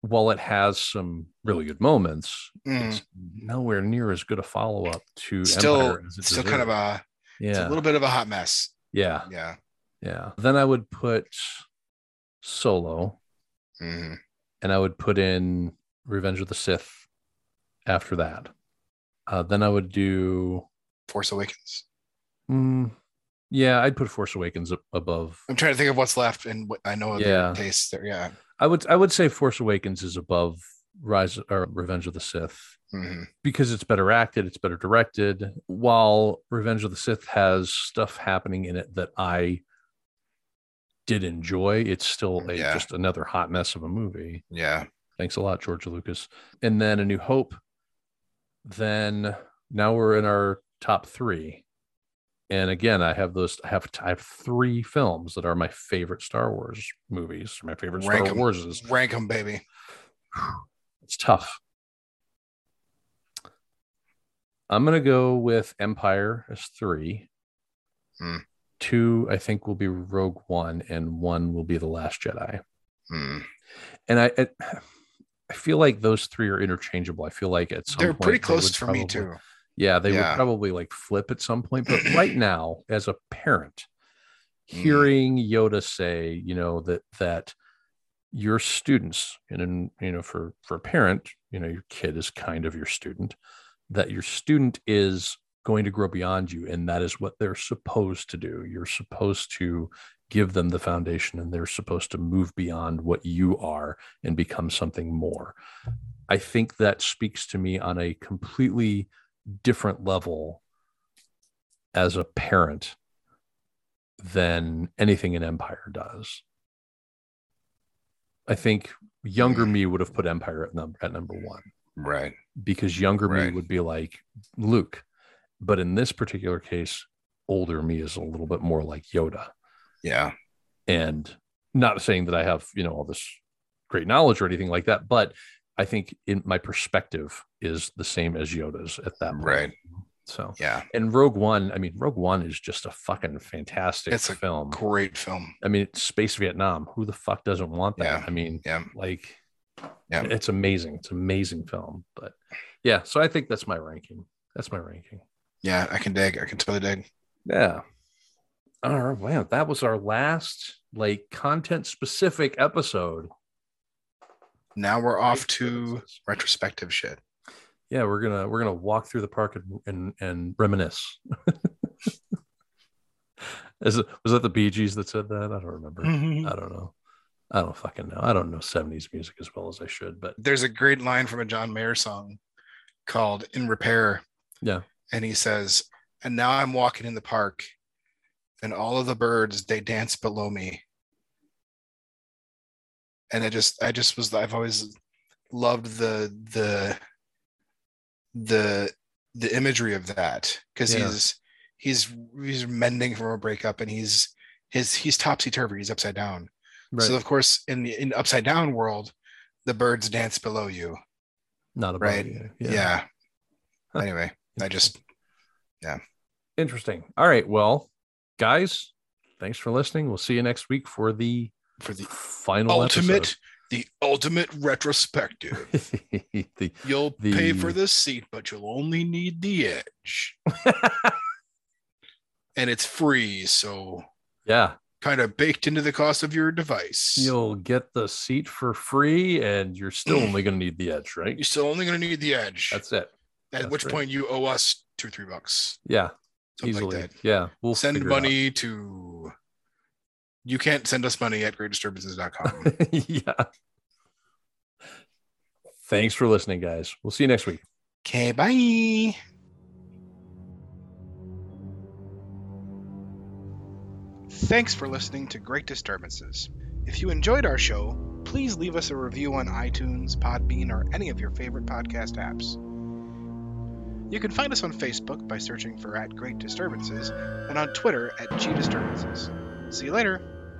[SPEAKER 1] while it has some really good moments,
[SPEAKER 2] Mm.
[SPEAKER 1] it's nowhere near as good a follow up to
[SPEAKER 2] Still,
[SPEAKER 1] Empire as it
[SPEAKER 2] still kind of
[SPEAKER 1] deserved.
[SPEAKER 2] a, it's a
[SPEAKER 1] yeah,
[SPEAKER 2] little bit of a hot mess.
[SPEAKER 1] yeah,
[SPEAKER 2] Yeah.
[SPEAKER 1] yeah. Then I would put Solo,
[SPEAKER 2] Mhm.
[SPEAKER 1] and I would put in Revenge of the Sith after that. Uh, then I would do,
[SPEAKER 2] Force Awakens.
[SPEAKER 1] mm, yeah, I'd put Force Awakens up above.
[SPEAKER 2] I'm trying to think of what's left and what I know.
[SPEAKER 1] Yeah.
[SPEAKER 2] The taste there. Yeah.
[SPEAKER 1] I would I would say Force Awakens is above Rise or Revenge of the Sith
[SPEAKER 2] Mhm.
[SPEAKER 1] because it's better acted, it's better directed. While Revenge of the Sith has stuff happening in it that I did enjoy, it's still a,
[SPEAKER 2] Yeah.
[SPEAKER 1] just another hot mess of a movie.
[SPEAKER 2] Yeah.
[SPEAKER 1] Thanks a lot, George Lucas. And then A New Hope. Then now we're in our top three. And again, I have those. I have I have three films that are my favorite Star Wars movies. My favorite
[SPEAKER 2] Rank
[SPEAKER 1] Star
[SPEAKER 2] 'em.
[SPEAKER 1] Wars is
[SPEAKER 2] Rank them, baby.
[SPEAKER 1] it's tough. I'm gonna go with Empire as three.
[SPEAKER 2] Hmm.
[SPEAKER 1] Two, I think, will be Rogue One, and one will be The Last Jedi.
[SPEAKER 2] Mm.
[SPEAKER 1] And I, I, I feel like those three are interchangeable. I feel like at some
[SPEAKER 2] They're
[SPEAKER 1] point
[SPEAKER 2] pretty
[SPEAKER 1] they
[SPEAKER 2] close
[SPEAKER 1] would
[SPEAKER 2] for me
[SPEAKER 1] probably-
[SPEAKER 2] too.
[SPEAKER 1] Yeah, they
[SPEAKER 2] Yeah.
[SPEAKER 1] would probably like flip at some point. But right now, as a parent, hearing Yoda say, you know, that that your students and in, you know for for a parent you know your kid is kind of your student that your student is going to grow beyond you and that is what they're supposed to do you're supposed to give them the foundation and they're supposed to move beyond what you are and become something more i think that speaks to me on a completely different level as a parent than anything an empire does i think younger me would have put empire at number at number 1
[SPEAKER 2] Right.
[SPEAKER 1] because younger me
[SPEAKER 2] Right.
[SPEAKER 1] would be like Luke, but in this particular case, older me is a little bit more like Yoda.
[SPEAKER 2] Yeah.
[SPEAKER 1] And not saying that I have you know all this great knowledge or anything like that, but I think in my perspective is the same as Yoda's at that point.
[SPEAKER 2] Right.
[SPEAKER 1] So
[SPEAKER 2] Yeah.
[SPEAKER 1] and Rogue One, I mean Rogue One is just a fucking fantastic
[SPEAKER 2] It's a
[SPEAKER 1] film.
[SPEAKER 2] Great film.
[SPEAKER 1] I mean, it's space Vietnam. Who the fuck doesn't want that?
[SPEAKER 2] Yeah.
[SPEAKER 1] I mean,
[SPEAKER 2] Yeah.
[SPEAKER 1] like,
[SPEAKER 2] Yeah.
[SPEAKER 1] it's amazing. It's an amazing film. But yeah, so I think that's my ranking. That's my ranking.
[SPEAKER 2] Yeah. I can dig. I can totally dig.
[SPEAKER 1] Yeah. All right. Wow. That was our last like content specific episode.
[SPEAKER 2] Now we're off to retrospective shit.
[SPEAKER 1] Yeah, we're gonna we're gonna walk through the park and and, and reminisce. Is it, was that the Bee Gees that said that? I don't remember.
[SPEAKER 2] Hmm. Mm-hmm.
[SPEAKER 1] I don't know. I don't fucking know. I don't know 70s music as well as I should, but
[SPEAKER 2] There's a great line from a John Mayer song called In Repair.
[SPEAKER 1] Yeah.
[SPEAKER 2] And he says, And now I'm walking in the park, and all of the birds, they dance below me. And I just, I just was, I've always loved the, the, the, the imagery of that because
[SPEAKER 1] Yeah.
[SPEAKER 2] he's, he's, he's mending from a breakup and he's, his, he's topsy turvy, he's upside down.
[SPEAKER 1] right.
[SPEAKER 2] So of course, in the in upside down world, the birds dance below you.
[SPEAKER 1] not a
[SPEAKER 2] right.
[SPEAKER 1] body.
[SPEAKER 2] Yeah.
[SPEAKER 1] Huh.
[SPEAKER 2] Anyway, I just
[SPEAKER 1] interesting. All right. Well, guys, thanks for listening. We'll see you next week for the
[SPEAKER 2] for the
[SPEAKER 1] final
[SPEAKER 2] ultimate, the ultimate retrospective.
[SPEAKER 1] episode. The-
[SPEAKER 2] You'll pay
[SPEAKER 1] The-
[SPEAKER 2] for the seat, but you'll only need the edge, and it's free, so
[SPEAKER 1] yeah.
[SPEAKER 2] kind of baked into the cost of your device.
[SPEAKER 1] You'll get the seat for free and you're still only going to need the edge, right?
[SPEAKER 2] You're still only going to need the edge.
[SPEAKER 1] That's it.
[SPEAKER 2] At
[SPEAKER 1] that's
[SPEAKER 2] which
[SPEAKER 1] right.
[SPEAKER 2] point you owe us two, three bucks,
[SPEAKER 1] Yeah.
[SPEAKER 2] something
[SPEAKER 1] easily.
[SPEAKER 2] like that.
[SPEAKER 1] Yeah. We'll
[SPEAKER 2] send
[SPEAKER 1] figure it out.
[SPEAKER 2] money to. You can't send us money at greatdisturbances.com.
[SPEAKER 1] yeah. Thanks for listening, guys. We'll see you next week.
[SPEAKER 2] Okay, bye. Thanks for listening to Great Disturbances. If you enjoyed our show, please leave us a review on iTunes, Podbean, or any of your favorite podcast apps. You can find us on Facebook by searching for at Great Disturbances and on Twitter at G Disturbances. See you later.